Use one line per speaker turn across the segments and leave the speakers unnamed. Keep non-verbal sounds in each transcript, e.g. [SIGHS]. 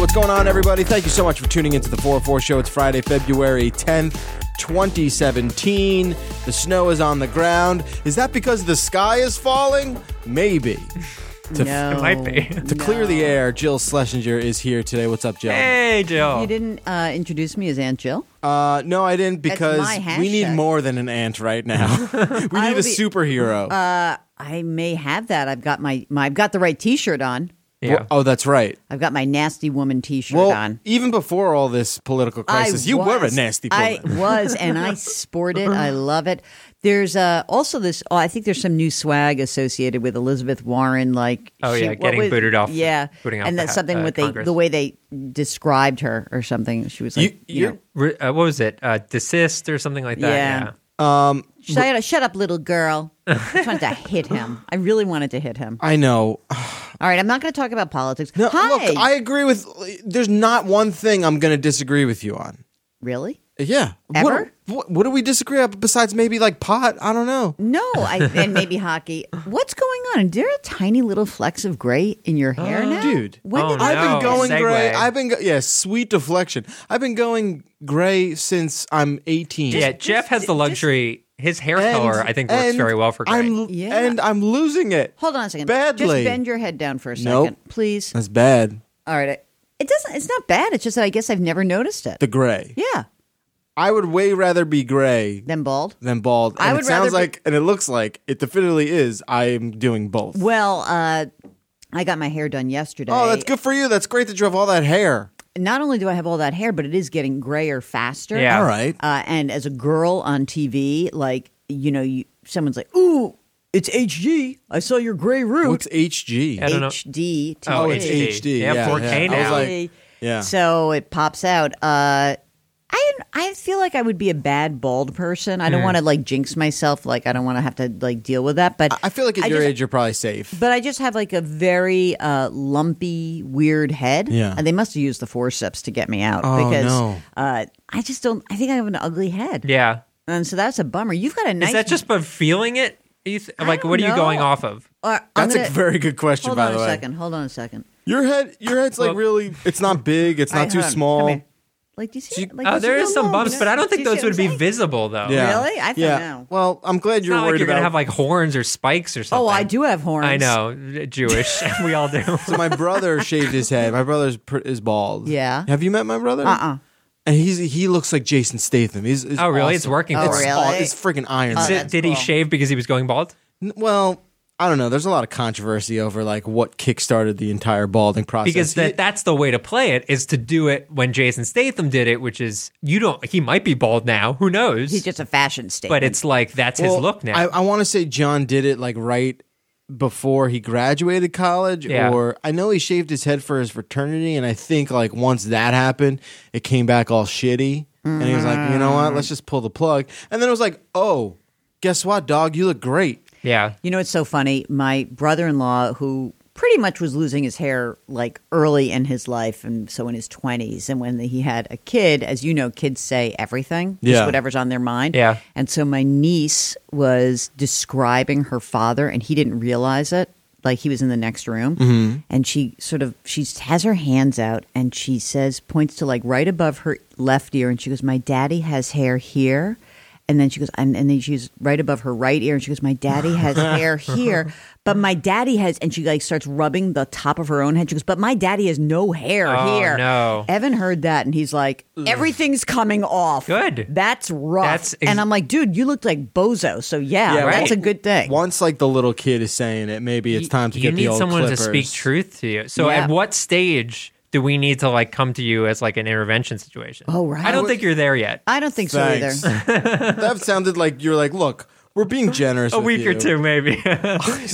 everybody? Thank you so much for tuning into the 404 show. It's Friday, February 10th, 2017. The snow is on the ground. Is that because the sky is falling? Maybe. To,
No.
It might be.
to clear the air, Jill Schlesinger is here today. What's up, Jill?
Hey, Jill. [LAUGHS]
You didn't uh, introduce me as Aunt Jill.
Uh, no, I didn't because
my
we need
hashtag.
more than an ant right
[LAUGHS]
now. [LAUGHS] we need
I
a
will be- uh,
superhero.
I may have that. I've got my, my I've got the right T-shirt on.
Yeah.
oh, that's right.
I've got my nasty woman T-shirt
Well,
on.
even before all this political crisis,
I
you were a
was.
nasty
I
woman.
[LAUGHS]
was, and I sport it. I love it. There's uh, also this. Oh, I think there's some new swag associated with Elizabeth Warren. Like,
Oh, yeah,
what
getting booted off-
Yeah,
booting off
and
the
that's
ha-
something
uh,
with they,
Congress.
the way they described her or something. She was like,
You-
you, know,
you're-
Re- uh, what was it? Uh, desist or something like that.
Yeah. Shut up, shut up, little girl. I just wanted to hit
[LAUGHS]
him. I really wanted to hit him.
I know.
All right, I'm not going to talk about politics.
No,
Hi.
Look, I agree with. There's not one thing I'm going to disagree with you on.
really?
Yeah.
Ever?
What, what, what do we disagree on besides maybe like pot? I don't know.
No, I, and maybe [LAUGHS] hockey. What's going on? Is there a tiny little flecks of gray in your hair now,
Dude.
When
Oh,
did
no.
I,
I've been going
Segue.
gray. I've been go- yeah, sweet deflection. I've been going gray since I'm 18.
Yeah, Jeff has the luxury. his hair color, I think, works
and
very well for gray.
I'm,
Yeah.
And I'm losing it.
Hold on a second.
Badly.
Just bend your head down for a second,
Nope.
please.
That's bad.
All right. I- It doesn't. It's not bad. It's just that I guess I've never noticed it.
The gray.
yeah.
I would way rather be gray
Then bald.
than bald.
I
And
would
it sounds
rather be-
like, and it looks like, it definitely is. I'm doing both.
Well, uh, I got my hair done yesterday.
Oh, that's good for you. That's great that you have all that hair.
Not only do I have all that hair, but it is getting grayer faster.
Yeah.
All right.
Uh, and as a girl on TV, like you know, you someone's like, "Ooh, it's HG. I saw your gray root."
What's HG?
I don't know.
HD. TV.
Oh,
it's
HD.
HD.
They have
yeah,
4K
yeah. I was
now.
like, yeah.
So it pops out. Uh, I I feel like I would be a bad bald person.
Hmm.
I don't want to like jinx myself. Like I don't want to have to like deal with that. But
I feel like at your
just-
age, you're probably safe.
But I just have like a very uh, lumpy, weird head.
Yeah.
And they must have used the forceps to get me out
Oh,
because
no.
uh, I just don't. I think I have an ugly head.
yeah.
And so that's a bummer. You've got a nice.
Is that just by feeling it? You th- like,
don't
what are you
know.
going off of?
Or, uh, I'm
That's
gonna-
a very good question,
Hold
by
on
the
a
way.
second. Hold on a second.
Your head, your head's like
Well-
really. It's not big. It's
All
not
right,
too
hold on. Come
small.
here. Like, do you see? it? like,
Oh,
this
there
how
is some
long,
bumps,
you know?
but I don't
Do
think
you see
those
what
would
I'm
be
saying?
visible though.
Yeah.
Really? I don't
yeah.
know.
Well, I'm glad
It's
you're
not
worried
like you're
about.
gonna have like horns or spikes or something.
Oh, I do have horns.
I know,
[LAUGHS]
Jewish. [LAUGHS] we all do.
so my brother shaved his head. My brother's pr- is bald.
Yeah.
Have you met my brother?
Uh uh
And he's he looks like Jason Statham. He's, he's
Oh, really? Oh, It's
awesome.
working
Oh,
for
It's,
him.
really?
aw- it's freaking Iron Man.
Did,
that's
did he
cool.
shave because he was going bald?
N- Well, I don't know. There's a lot of controversy over like what kickstarted the entire balding process.
because
He-
that that's the way to play it is to do it when Jason Statham did it, which is you don't he might be bald now, who knows?
He's just a fashion statement.
but it's like that's
Well,
his look now.
I, I want to say John did it like right before he graduated college,
Yeah.
or I know he shaved his head for his fraternity, and I think like once that happened, it came back all shitty, and he was like, you know what, let's just pull the plug, and then it was like, oh, guess what, dog, you look great.
yeah.
You know, it's so funny. My brother in law, who pretty much was losing his hair like early in his life, and so in his 20s, and when he had a kid, as you know, kids say everything,
Yeah.
just whatever's on their mind.
Yeah.
And so my niece was describing her father, and he didn't realize it. Like he was in the next room,
Mm-hmm.
and she sort of she has her hands out, and she says points to like right above her left ear, and she goes, "My daddy has hair here," and then she goes, and, and then she's right above her right ear, and she goes, "My daddy
[LAUGHS]
has hair here." But my daddy has, and she like starts rubbing the top of her own head. She goes, "But my daddy has no hair
Oh,
here."
no.
Evan heard that, and he's like, "Everything's coming off."
Good.
That's rough.
That's ex-
and I'm like, dude, you looked like bozo. So yeah,
Yeah,
that's
right.
a good thing.
Once like the little kid is saying it, maybe it's time to
you
get
need
the old
someone
clippers.
to speak truth to you. So
Yeah.
at what stage do we need to like come to you as like an intervention situation?
Oh, right.
I don't think you're there yet.
I don't think
[LAUGHS]
Thanks.
so either.
that sounded like you're like, look, we're being generous.
a
with
week or
you."
two, maybe. [LAUGHS] no,
But here's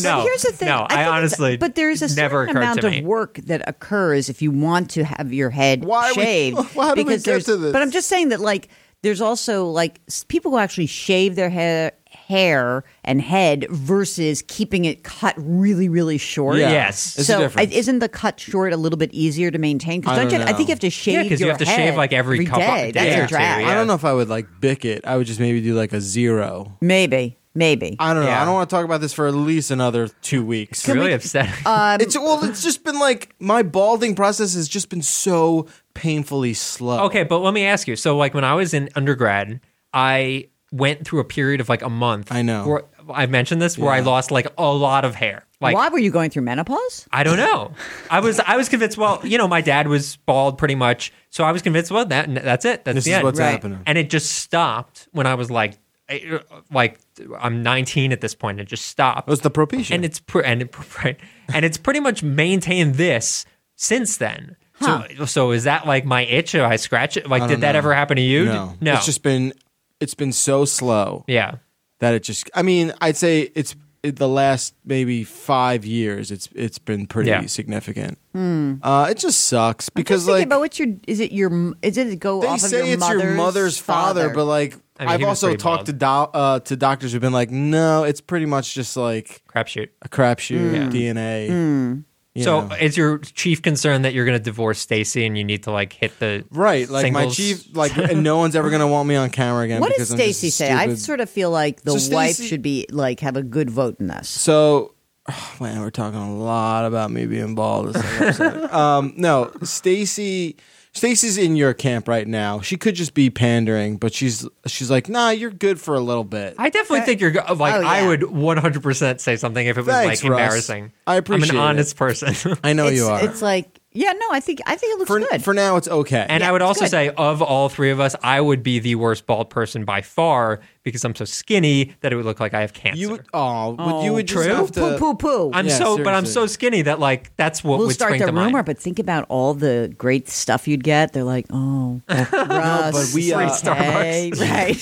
the thing.
No,
think
I,
it's-
honestly.
but there's a
it never
certain
occurred
amount
to
of
me.
work that occurs if you want to have your head
Why would-
shaved.
[LAUGHS] why did we
because
get
there's-
to this?
But I'm just saying that like there's also like s- people who actually shave their hair hair and head versus keeping it cut really really short.
Yeah.
Yes.
It's a
so
difference.
isn't the cut short a little bit easier to maintain?
I
Because don't,
don't
you? I think
know.
you have to shave.
Yeah, 'cause you
your
have to
head
shave, like, every couple-
day.
day
That's
or
a
two,
drag.
yeah.
I don't know if I would like bick it. I would just maybe do like a zero.
Maybe. Maybe.
I don't know.
Yeah.
I don't want to talk about this for at least another two weeks.
really upsetting.
Um,
It's well, it's just been like my balding process has just been so painfully slow.
Okay, but let me ask you. So, like, when I was in undergrad, I went through a period of like a month.
I know.
Where, I mentioned this where I
Yeah.
lost like a lot of hair. Like,
why were you going through menopause?
I don't know. I was I was convinced. Well, you know, my dad was bald pretty much, so I was convinced. Well, that that's it. That's
This
the
is
end.
what's
Right.
happening.
and it just stopped when I was like, I- like I'm 19 at this point. It just stopped.
It was the propecia.
and it's pr- [LAUGHS] and it, right, and it's pretty much maintained this since then. So, so is that like my itch? Or I scratch it? Like, did that
know.
ever happen to you?
no, it's just been it's been so slow
yeah.
that it just. I mean, I'd say it's it, the last maybe five years. It's it's been pretty
Yeah.
significant.
Hmm.
Uh, it just sucks because
Just thinking
like
about what's your is it your is it go
they
off
say
of your
it's
mother's
your mother's father, but like
I mean,
I've
he was
also
pretty
talked
bald.
to do- uh, to doctors who've been like, no, it's pretty much just like
Crapshoot.
a crapshoot
Mm.
DNA. you
So,
know.
is your chief concern that you're going to divorce Stacy and you need to like hit the
Right, like my
singles?
chief,
[LAUGHS]
like and no one's ever gonna want me on camera again.
what does
because I'm just
Stacy
a
say? I
stupid-
sort of feel like the
So
wife
Stacey-
should be like have a good vote in this.
so, [SIGHS] man, we're talking a lot about me being bald. This
[LAUGHS]
whole episode. um, no, Stacy, Stacy's in your camp right now. She could just be pandering, but she's she's like, nah, you're good for a little bit.
I definitely think you're go- uh, like
Oh, yeah.
I would 100% say something if it was
Thanks,
like
Russ.
embarrassing.
I appreciate
I'm
it.
an honest person. [LAUGHS]
I know
it's,
Oh, you are.
It's like yeah, no, I think I think it looks
for
good.
for now, it's okay.
And I would
it's
also
good.
say, of all three of us, I would be the worst bald person by far because I'm so skinny that it would look like I have cancer.
you would, oh, would you would just
true.
have to.
poo poo poo.
I'm
Yeah,
so, but I'm
seriously.
so skinny that like that's what
we'll
would
start
spring
the
to
rumor,
mind.
but think about all the great stuff you'd get. They're like, oh, no,
but we, uh,
right? [LAUGHS] I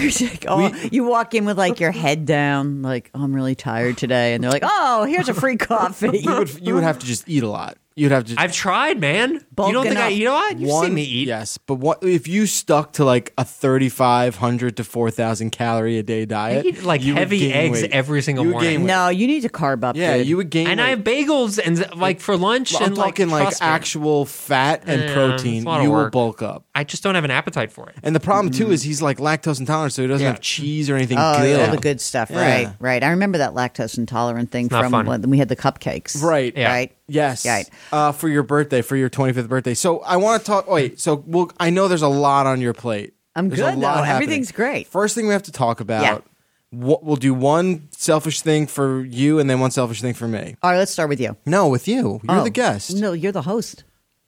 was like, oh, you walk in with like your head down, like oh, I'm really tired today, and they're like, oh, here's a free coffee.
You would you would have to just eat a lot. You'd have to.
I've tried, man. you don't
Bulking
think I
up.
eat a lot? You've seen me eat.
Yes, but what if you stuck to like a thirty-five hundred to four thousand calorie a day diet?
eat, like,
you would
heavy
gain
eggs
weight.
every single
you would gain
morning.
weight.
no, you need to carb up.
Yeah,
dude.
you would gain.
And
weight.
I have bagels and like for lunch
I'm
and like,
talking like,
trust me,
actual fat and
Yeah,
protein.
it's a lot of
You will
work.
bulk up.
I just don't have an appetite for it.
And the problem too is he's like lactose intolerant, so he doesn't
Yeah.
have cheese or anything
Mm. Oh,
good.
yeah, all the good stuff,
Yeah.
right? Right. I remember that lactose intolerant thing
not
from
fun.
when we had the cupcakes,
Right.
Yeah.
Right.
Yes.
Right.
Uh, for your birthday, for your 25th birthday. So I want to talk. Wait. So we'll, I know there's a lot on your plate.
I'm
There's
good,
a lot
though.
happening.
Everything's great.
First thing we have to talk about.
Yeah.
What we'll do one selfish thing for you, and then one selfish thing for me.
All right, let's start with you.
No, with you. You're
Oh.
the guest.
No, you're the host.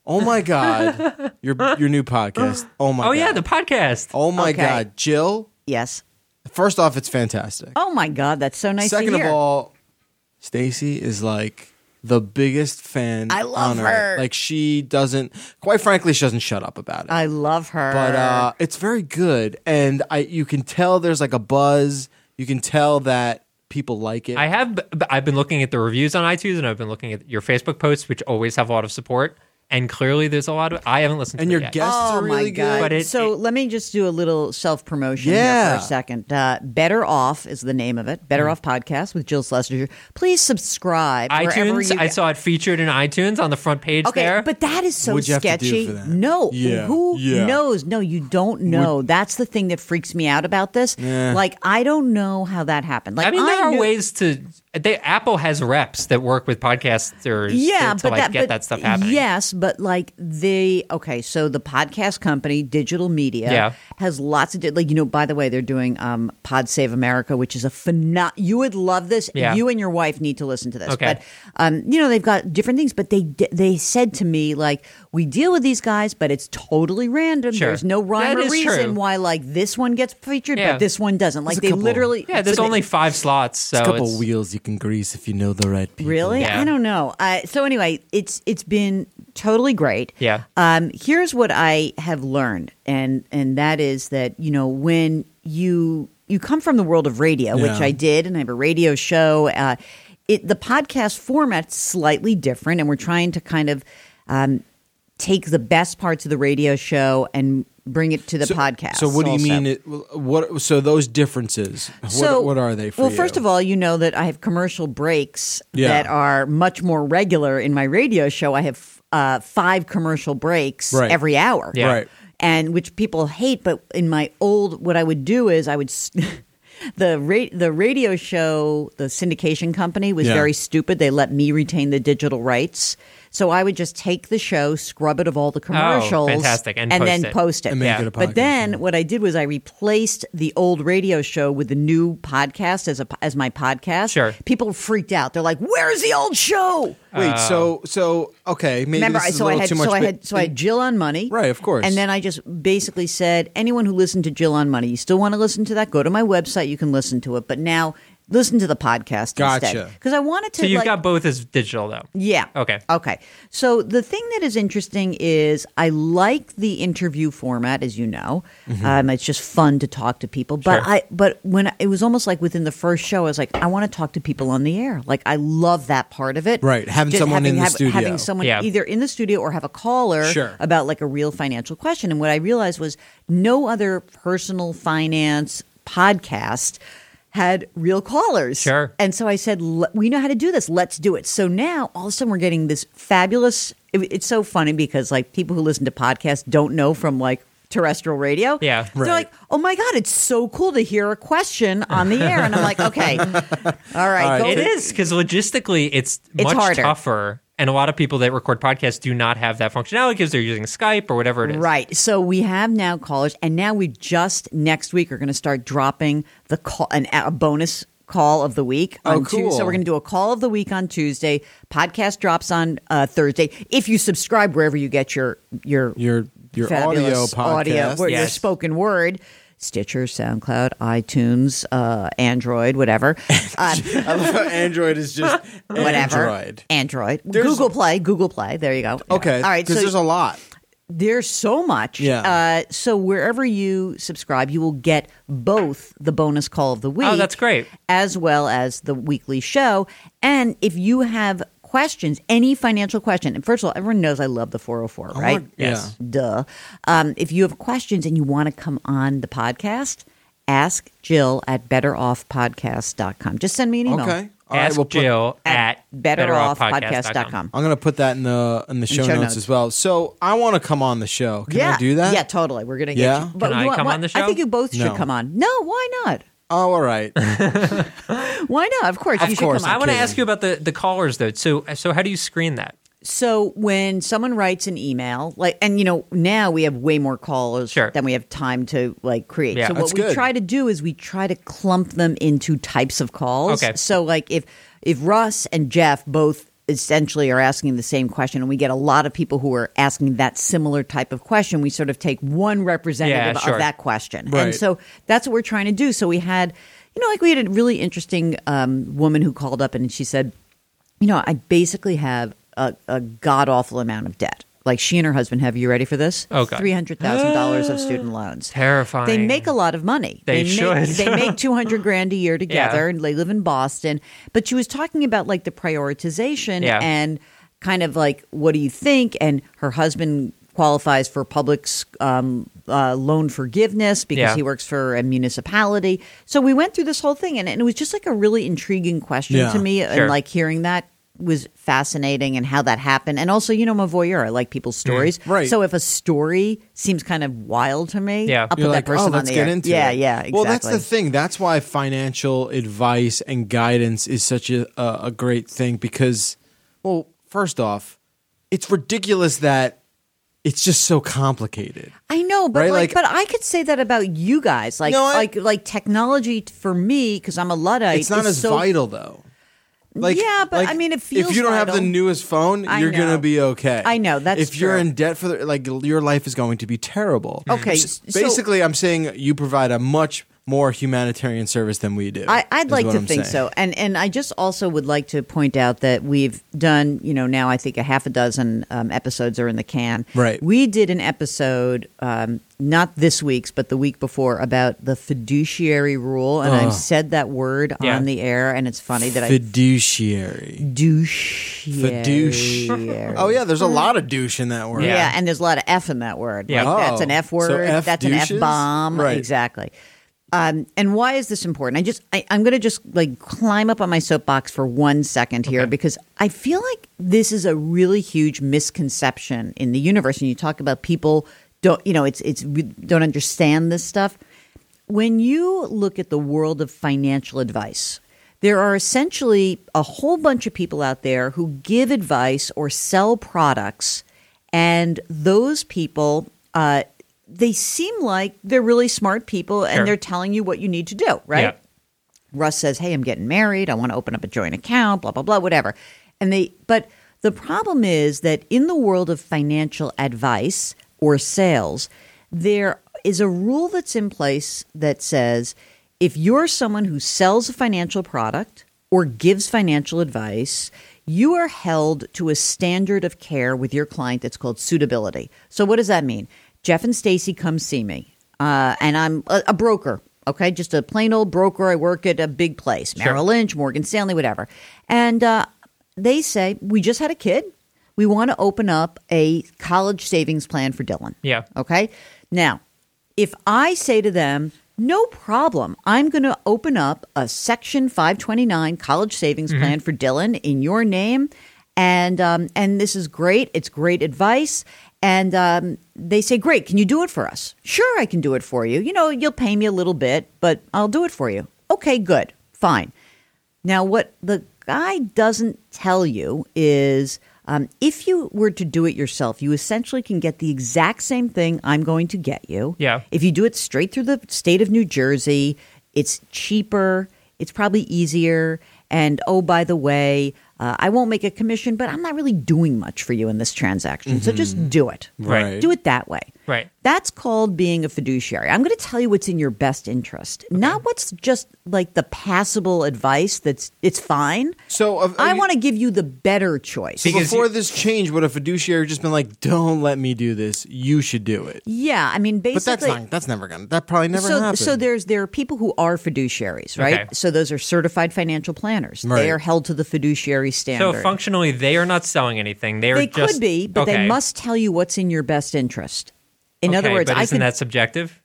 Oh my
[LAUGHS]
god. your your new podcast. Oh my.
Oh yeah,
God.
the podcast.
oh my
Okay.
god, Jill.
Yes.
First off, it's fantastic.
Oh my God, that's so nice.
Second
to
of
hear.
all, Stacy is like the biggest fan.
I love
on earth.
her.
Like she doesn't. Quite frankly, she doesn't shut up about it.
I love her.
but uh, it's very good, and I you can tell there's like a buzz. You can tell that people like it.
I have. b- b- I've been looking at the reviews on iTunes, and I've been looking at your Facebook posts, which always have a lot of support. And clearly, there's a lot of. I haven't listened.
and
to
your
it yet.
guests
Oh
are really
my god!
good.
But it-
so let me just do a little self promotion
Yeah.
here for a second. Uh, Better off is the name of it. Better
Hmm.
off podcast with Jill Schlesinger. Please subscribe wherever
iTunes.
you.
I saw it featured in iTunes on the front page
Okay,
there.
but that is so
What'd you have to do
sketchy.
for that?
No,
Yeah,
who
yeah.
knows? No, you don't know. That's the thing that freaks me out about this. Like I don't know how that happened. Like
I mean, there are
knew-
ways to. They, Apple has reps that work with podcasters.
yeah,
to, to
but
like
that,
get
but
that stuff happening.
Yes, but like they okay, so the podcast company Digital Media
Yeah.
has lots of di- like you know. By the way, they're doing um, Pod Save America, which is a phenom. You would love this.
Yeah.
You and your wife need to listen to this.
Okay.
But um, you know they've got different things, but they di- they said to me like we deal with these guys, but it's totally random.
Sure.
There's no rhyme
That
or
is
reason
true.
why like this one gets featured,
Yeah.
but this one doesn't. Like
a
they
couple-
literally
Yeah, there's
so they-
only five slots, so
a couple
it's-
wheels you can grease if you know the right people.
Really?
Yeah.
I don't know. Uh, so anyway, it's it's been totally great.
Yeah.
Um, here's what I have learned, and and that is that you know when you you come from the world of radio, which
Yeah.
I did, and I have a radio show. Uh, it the podcast format's slightly different, and we're trying to kind of um, take the best parts of the radio show and bring it to the podcast.
So what do you
also.
mean? It, what? So those differences.
So
what, what are they? For
well,
you?
first of all, you know that I have commercial breaks
Yeah.
that are much more regular in my radio show. I have uh, five commercial breaks
Right.
every hour,
Yeah.
Right.
And which people hate, but in my old, what I would do is I would. s- [LAUGHS] the ra- the radio show, the syndication company was
Yeah.
very stupid. They let me retain the digital rights. So I would just take the show, scrub it of all the commercials,
Oh, fantastic, and post
then
it.
post it.
And make
Yeah.
it a podcast.
But then what I did was I replaced the old radio show with the new podcast as a as my podcast.
Sure.
People freaked out. They're like, "Where's the old show?"
Wait, so so okay, maybe
um, Remember,
this
I,
is
so
a
I
little
had
too much.
so I
but-
had so I had Jill on Money,
Right, of course.
And then I just basically said, anyone who listened to Jill on Money, you still want to listen to that? Go to my website, you can listen to it. But now listen to the podcast
Gotcha.
because I wanted to.
So you've
like,
got both as digital though.
yeah.
Okay.
Okay. So the thing that is interesting is I like the interview format, as you know. Um, it's just fun to talk to people. But
Mm-hmm. Sure.
I but when I- it was almost like within the first show, I was like, I want to talk to people on the air. Like I love that part of it.
Right. Having someone in the studio.
Having someone
Yeah.
either in the studio or have a caller
Sure.
about like a real financial question. And what I realized was no other personal finance podcast had real callers.
Sure.
And so I said, "L- we know how to do this. Let's do it. So now all of a sudden we're getting this fabulous. it- it's so funny because like people who listen to podcasts don't know from like terrestrial radio.
Yeah.
They're
Right.
like, oh my God, it's so cool to hear a question on the air. And I'm like, okay, all right. go-
It is because logistically, it's,
It's
much
harder.
tougher, and a lot of people that record podcasts do not have that functionality because they're using Skype or whatever it is.
Right. So we have now callers, and now we just next week are going to start dropping the call an, a bonus call of the week.
Oh,
on Tues-
cool.
So we're going to do a call of the week on Tuesday. Podcast drops on uh, Thursday. If you subscribe wherever you get your your
your your audio
fabulous
podcast.
audio, where your
Yes.
spoken word. Stitcher, SoundCloud, iTunes, uh,
[LAUGHS]
Android, whatever, um,
I love how Android is just
[LAUGHS] whatever,
Android.
Android, Google Play, Google Play. There you go.
Okay.
all right.
Because
so-
there's a lot.
there's so much.
Yeah.
Uh, so wherever you subscribe, you will get both the bonus call of the week.
Oh, that's great.
As well as the weekly show. And if you have questions, any financial question, and first of all, everyone knows I love the 404,
Oh,
right?
Yes.
Duh. Um, if you have questions and you want to come on the podcast, ask Jill at betteroffpodcast.com. Just send me an
Yeah.
email.
Okay. All right,
Ask
we'll put-
Jill at
betteroffpodcast.com.
I'm gonna put that in the in the show,
show
notes,
notes.
as well. So I want to come on the show. Can
yeah.
I do that?
Yeah, totally. We're gonna get
Yeah?
you. But
Can I
you want-
come
why-
on the
I
show?
think you both should
No.
come on. No, why not?
Oh, all
[LAUGHS]
right.
Why not? Of course, you
course.
should
I
come on.
want to
kidding.
ask you about the, the callers though. So so how do you screen that?
So when someone writes an email, like, and you know, now we have way more callers
Sure.
than we have time to like create.
Yeah.
so what
That's
we
good.
try to do is we try to clump them into types of calls.
Okay.
So like if if Russ and Jeff both essentially are asking the same question and we get a lot of people who are asking that similar type of question we sort of take one representative
sure.
of that question
Right.
and so that's what we're trying to do so we had you know like we had a really interesting um, woman who called up and she said you know, I basically have a, a god awful amount of debt. Like she and her husband have, you ready for this?
Oh, God.
Three hundred thousand dollars of student loans.
Terrifying.
They make a lot of money.
They
Make,
should.
they
[LAUGHS]
make two hundred grand a year together,
Yeah.
and they live in Boston. But she was talking about like the prioritization
Yeah.
and kind of like what do you think? And her husband qualifies for public um, uh, loan forgiveness because
Yeah.
he works for a municipality. So we went through this whole thing, and, and it was just like a really intriguing question
Yeah.
to me,
Sure.
and like hearing that was fascinating and how that happened and also you know I'm a voyeur I like people's
Mm.
stories
Right.
so if a story seems kind of wild to me
Yeah.
I'll put
You're
that person
oh,
on
let's
the
get
air.
into
yeah
it.
yeah exactly
Well, that's the thing. That's why financial advice and guidance is such a a, a great thing because, well, first off, it's ridiculous that it's just so complicated.
I know, but
Right,
like,
like-
but I could say that about you guys. Like,
No, I-
like, like technology for me because I'm a luddite.
It's not
is
as
so-
vital though. Like
Yeah, but,
like,
I mean, it
if
feels
you don't have the
vital.
newest phone,
I
you're
know.
gonna be okay.
I know, that's
if you're
true.
in debt for the, like your life is going to be terrible.
Okay,
S-
so-
basically, I'm saying you provide a much more humanitarian service than we do.
I, I'd
is
like
what
to
I'm
think
saying.
so, and and I just also would like to point out that we've done, you know, now I think a half a dozen um, episodes are in the can.
Right.
We did an episode, um, not this week's, but the week before, about the fiduciary rule, and I've said that word
Yeah.
on the air, and it's funny that I
Fiduciary.
fiduciary.
Fidouche.
[LAUGHS]
Oh yeah, there's a lot of douche in that word.
Yeah.
Yeah.
and there's a lot of F in that word.
Yeah.
Like, that's an
Oh,
F word.
so F
that's an
douches?
F bomb.
Right.
Exactly. Um, and why is this important? I just I, I'm going to just like climb up on my soapbox for one second here because I feel like this is a really huge misconception in the universe. And you talk about people don't you know it's it's we don't understand this stuff. when you look at the world of financial advice, there are essentially a whole bunch of people out there who give advice or sell products, and those people, uh, they seem like they're really smart people and
Sure.
they're telling you what you need to do, right?
Yeah.
Russ says, "Hey, I'm getting married. I want to open up a joint account, blah blah blah, whatever." And they but the problem is that in the world of financial advice or sales, there is a rule that's in place that says if you're someone who sells a financial product or gives financial advice, you are held to a standard of care with your client that's called suitability. So what does that mean? Jeff and Stacy come see me uh, and I'm a, a broker. Okay, just a plain old broker. I work at a big place, Merrill Lynch, Morgan Stanley, whatever. And uh, they say we just had a kid. We want to open up a college savings plan for Dylan.
Yeah.
Okay. Now, if I say to them, no problem, I'm going to open up a Section 529 college savings plan for Dylan in your name. And, um, and this is great. It's great advice. And um, they say, great, can you do it for us? Sure, I can do it for you. You know, you'll pay me a little bit, but I'll do it for you. Okay, good, fine. Now, what the guy doesn't tell you is um, if you were to do it yourself, you essentially can get the exact same thing I'm going to get you.
Yeah.
If you do it straight through the state of New Jersey, it's cheaper, it's probably easier. And oh, by the way, uh, I won't make a commission, but I'm not really doing much for you in this transaction. So just do it.
Mm-hmm. Right.
Right.
Do it that way.
Right.
That's called being a fiduciary. I'm going to tell you what's in your best interest, not what's just like the passable advice that's it's fine.
So uh,
I
you-
want to give you the better choice.
so
Because
before
you-
this change, would a fiduciary just been like, "Don't let me do this. You should do it."
yeah, I mean
But that's
basically
not. That's never gonna. That probably never
so,
happened.
So there's there are people who are fiduciaries, right?
Okay.
So those are certified financial planners.
Right.
They are held to the fiduciary
So
standard.
functionally, they are not selling anything. They are
they
just
could be, but
okay.
they must tell you what's in your best interest. In other
Okay,
words,
but
I
isn't
could
that subjective?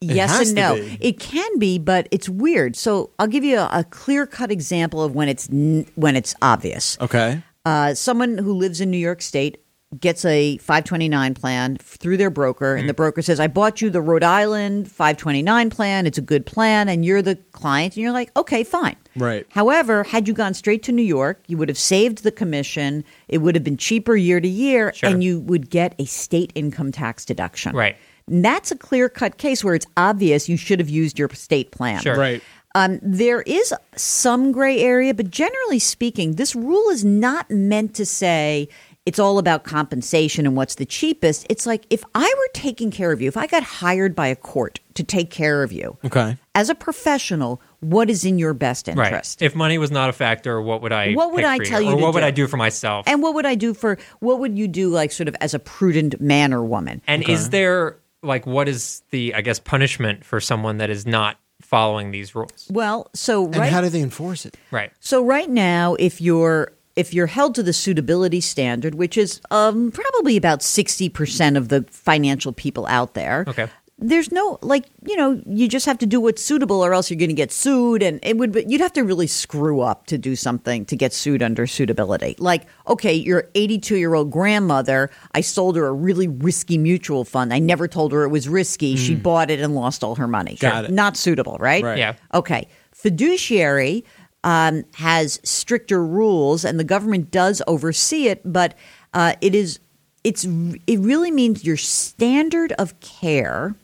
Yes
has
and
to
no.
be.
It can be, but it's weird. So I'll give you a, a clear cut example of when it's n- when it's obvious.
okay.
Uh, someone who lives in New York State gets a 529 plan through their broker,
Hmm.
and the broker says, "I bought you the Rhode Island 529 plan. It's a good plan, and you're the client." And you're like, "Okay, fine."
Right.
However, had you gone straight to New York, you would have saved the commission. It would have been cheaper year to year,
Sure.
and you would get a state income tax deduction.
Right.
And that's a clear cut case where it's obvious you should have used your state plan.
Sure.
Right.
Um, there is some gray area, but generally speaking, this rule is not meant to say it's all about compensation and what's the cheapest. It's like if I were taking care of you, if I got hired by a court to take care of you
Okay.
as a professional, what is in your best
Right.
interest?
If money was not a factor, what would I?
What would
pick
I
for
tell you
Or
to
what would
do?
I do for myself?
And what would I do for what would you do, like, sort of as a prudent man or woman?
And is there like what is the I guess punishment for someone that is not following these rules?
Well, so
And
right
how do they enforce it?
Right.
So right now, if you're if you're held to the suitability standard, which is um, probably about sixty percent of the financial people out there,
Okay.
there's no like you know you just have to do what's suitable, or else you're going to get sued, and it would be, you'd have to really screw up to do something to get sued under suitability. Like okay, your eighty two year old grandmother, I sold her a really risky mutual fund. I never told her it was risky. She bought it and lost all her money.
Got it.
Not suitable, right?
Right.
Yeah.
Okay. Fiduciary um, has stricter rules, and the government does oversee it, but uh, it is it's it really means your standard of care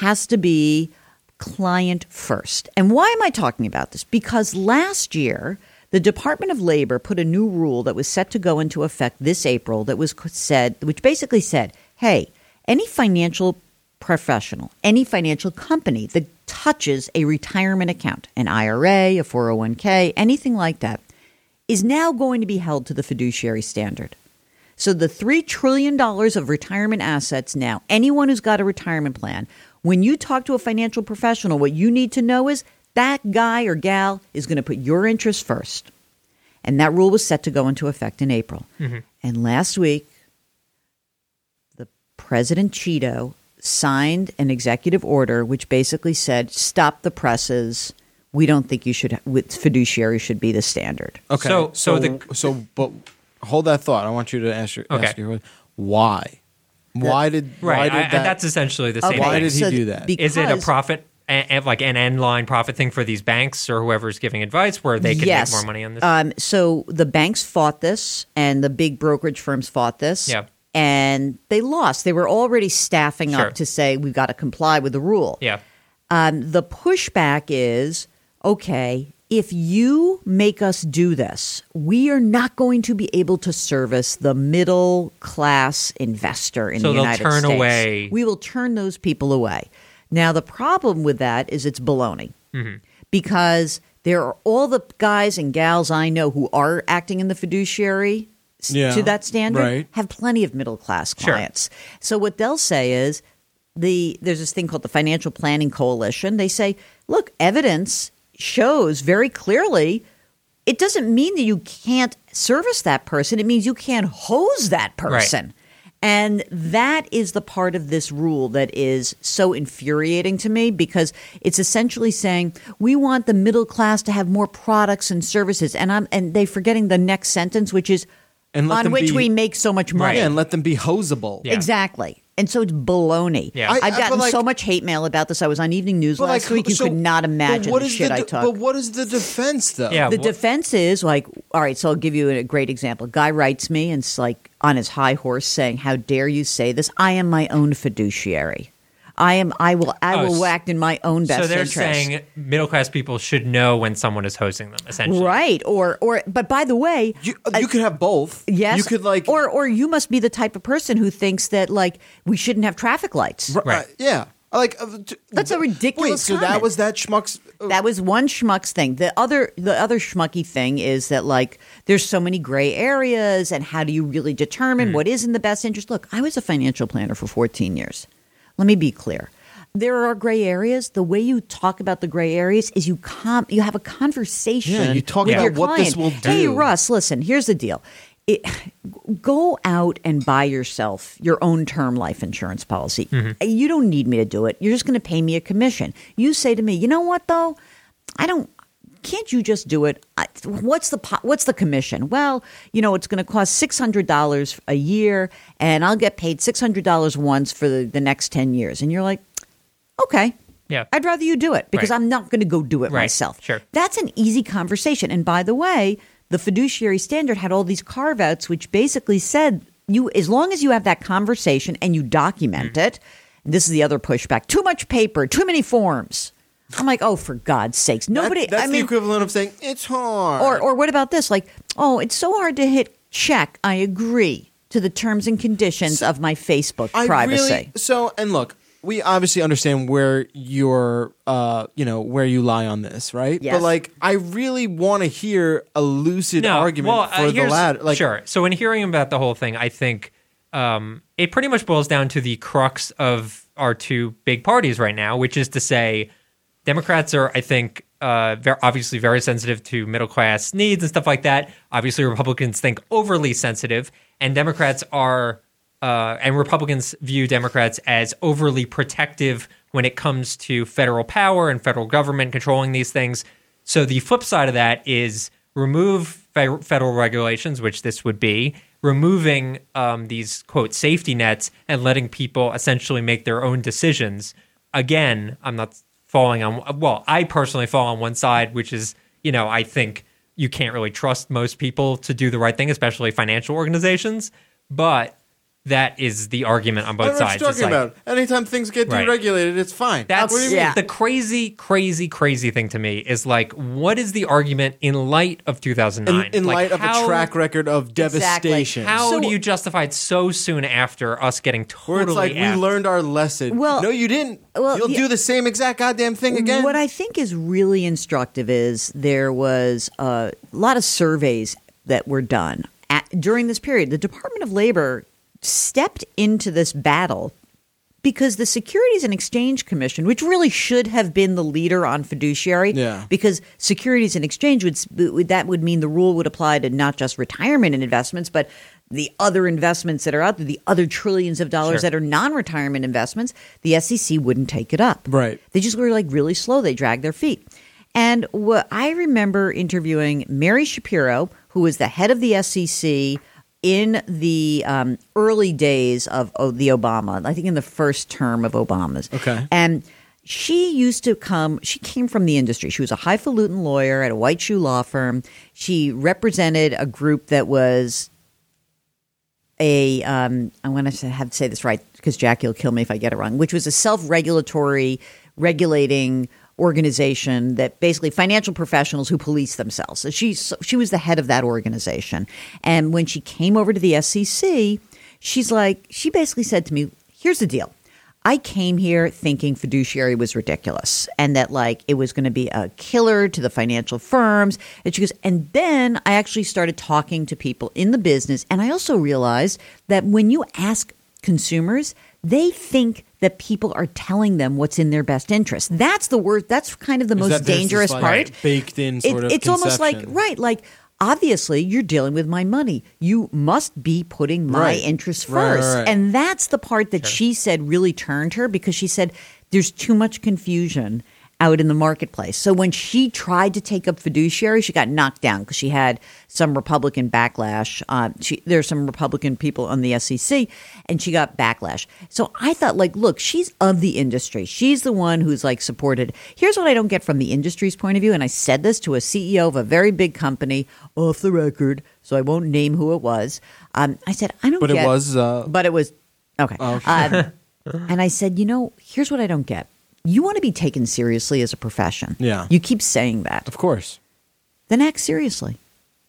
has to be client first. And why am I talking about this? Because last year. The Department of Labor put a new rule that was set to go into effect this April that was co- said which basically said, "Hey, any financial professional, any financial company that touches a retirement account, an IRA, a 401k, anything like that, is now going to be held to the fiduciary standard. So the $3 trillion of retirement assets now, anyone who's got a retirement plan, when you talk to a financial professional, what you need to know is that guy or gal is going to put your interests first. And that rule was set to go into effect in April. And last week, the President Cheeto signed an executive order which basically said, "Stop the presses. We don't think you should. With fiduciary should be the standard."
Okay.
So- so the-
so but hold that thought. I want you to ask your
Okay.
ask your why. Why did
Right.
why
I-
did
and
that
that's essentially the same
Why
thing.
did he
so
do that?
Because
is it a profit and, and like an end line profit thing for these banks or whoever's giving advice where they can
yes.
make more money on this?
Um, so the banks fought this, and the big brokerage firms fought this.
Yeah.
And they lost. They were already staffing
Sure.
up to say we've got to comply with the rule.
yeah.
Um, the pushback is okay, if you make us do this, we are not going to be able to service the middle class investor in
So
the
they'll
United
turn
States.
away-
We will turn those people away. Now, the problem with that is it's baloney
Mm-hmm.
because there are all the guys and gals I know who are acting in the fiduciary s-
Yeah,
to that standard
right.
have plenty of middle class
Sure.
clients. So what they'll say is the there's this thing called the Financial Planning Coalition. They say, look, evidence shows very clearly it doesn't mean that you can't service that person. It means you can't hose that person. And that is the part of this rule that is so infuriating to me because it's essentially saying we want the middle class to have more products and services, and I'm and they forgetting the next sentence, which is
And let
on
them
which
be-
we make so much money.
Yeah, and let them be hosable.
Yeah.
Exactly. And so it's baloney.
Yeah. I-
I-
I've gotten
but like-
so much hate mail about this. I was on evening news
But
last
like,
week. You
so-
could not
but
imagine
what
the
is
shit I
de-
took.
But what is the defense, though?
Yeah.
the
what-
defense is like, all right, so I'll give you a great example. Guy writes me and it's like on his high horse saying, How dare you say this? I am my own fiduciary. I am I will I
Oh,
will
s-
act in my own best
So they're
interest.
saying middle class people should know when someone is hosting them, essentially.
right. Or or but by the way,
You, uh, you could have both.
Yes.
You could like
or or you must be the type of person who thinks that like we shouldn't have traffic lights.
Right.
Right.
uh, yeah. Like uh, t-
That's a ridiculous
Wait, so that
comment.
was that schmuck's. uh,
That was one schmuck's thing. The other the other schmucky thing is that like there's so many gray areas and how do you really determine
Hmm.
what is in the best interest? Look, I was a financial planner for 14 years. Let me be clear. There are gray areas. The way you talk about the gray areas is you com- you have a conversation.
Yeah, you talk
with
about
your
what this
client.
will
Hey,
do.
Russ, listen. Here's the deal. It, go out and buy yourself your own term life insurance policy.
Mm-hmm.
You don't need me to do it. You're just going to pay me a commission. You say to me, you know what though, I don't. Can't you just do it? I, what's the po- what's the commission? Well, you know it's going to cost six hundred dollars a year, and I'll get paid six hundred dollars once for the, the next ten years. And you're like, okay,
Yeah.
I'd rather you do it because
Right.
I'm not going to go do it
Right.
myself.
Sure.
That's an easy conversation. And by the way, the fiduciary standard had all these carve outs, which basically said you, as long as you have that conversation and you document
Mm.
it, and this is the other pushback too much paper, too many forms. I'm like, oh, for God's sakes.
that-
Nobody,
that's
I
the
mean,
equivalent of saying it's hard.
or, or what about this? Like, oh, it's so hard to hit check. I agree to the terms and conditions of my Facebook
I
privacy.
Really, so and look, we obviously understand where your uh you know where you lie on this, right?
Yes.
But like, I really want to hear a lucid argument
well, uh,
for the
here's-
latter. Like,
sure. So in hearing about the whole thing, I think um, it pretty much boils down to the crux of our two big parties right now, which is to say, Democrats are, I think, uh, very, obviously very sensitive to middle class needs and stuff like that. Obviously, Republicans think overly sensitive, and Democrats are. Uh, and Republicans view Democrats as overly protective when it comes to federal power and federal government controlling these things. So the flip side of that is remove fe- federal regulations, which this would be, removing um, these quote safety nets and letting people essentially make their own decisions. Again, I'm not falling on. Well, I personally fall on one side, which is you know I think you can't really trust most people to do the right thing, especially financial organizations. But that is the argument on
I
both
don't know what
sides.
you're
It's
talking
like-
about. Anytime things get
Right.
deregulated, it's fine.
that's
what do you
yeah.
mean?
the crazy, crazy, crazy thing to me is like, what is the argument in light of 2009?
In, in
Like,
light of
how-
a track record of devastation,
How
So-
do you justify it so soon after us getting
where
totally
it's like
effed?
we learned our lesson.
Well-
no, you didn't.
well,
You'll
yeah.
do the same exact goddamn thing again.
What I think is really instructive is there was a lot of surveys that were done at, during this period. The Department of Labor stepped into this battle because the Securities and Exchange Commission, which really should have been the leader on fiduciary,
Yeah.
because Securities and Exchange would, would that would mean the rule would apply to not just retirement and investments, but the other investments that are out there, the other trillions of dollars
Sure.
that are non-retirement investments, the SEC wouldn't take it up.
Right.
They just were like really slow. They dragged their feet. And what I remember interviewing Mary Shapiro, who was the head of the SEC in the um, early days of oh, the Obama, I think in the first term of Obama's.
Okay.
And she used to come, she came from the industry. She was a highfalutin lawyer at a white shoe law firm. She represented a group that was a, um, I want to have to say this right because Jackie will kill me if I get it wrong, which was a self regulatory, regulating organization that basically financial professionals who police themselves. So she, so she was the head of that organization. And when she came over to the SEC, she's like, she basically said to me, here's the deal. I came here thinking fiduciary was ridiculous and that like it was going to be a killer to the financial firms. And she goes, and then I actually started talking to people in the business. And I also realized that when you ask consumers, they think that people are telling them what's in their best interest. That's the word. That's kind of the most
that there's this,
dangerous
like,
part.
baked in
It-
sort of
it's almost like
conception.
right, like obviously you're dealing with my money. You must be putting my
Right.
interests
Right, right,
first,
right.
and that's the part that she said really turned her because she said there's too much confusion out in the marketplace. So when she tried to take up fiduciary, she got knocked down because she had some Republican backlash. Uh, she, there's some Republican people on the SEC, and she got backlash. So I thought, like, look, she's of the industry. She's the one who's like supported. Here's what I don't get from the industry's point of view, and I said this to a CEO of a very big company off the record, so I won't name who it was. Um, I said, I don't.
But it
get-
was, uh,
but it was okay. Um, and I said, you know, here's what I don't get. You want to be taken seriously as a profession.
Yeah.
You keep saying that.
Of course.
Then act seriously.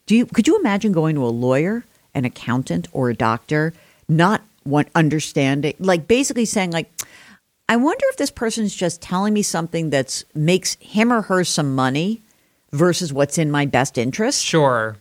Do you could you imagine going to a lawyer, an accountant, or a doctor, not want understanding like basically saying like I wonder if this person's just telling me something that's makes him or her some money versus what's in my best interest.
Sure.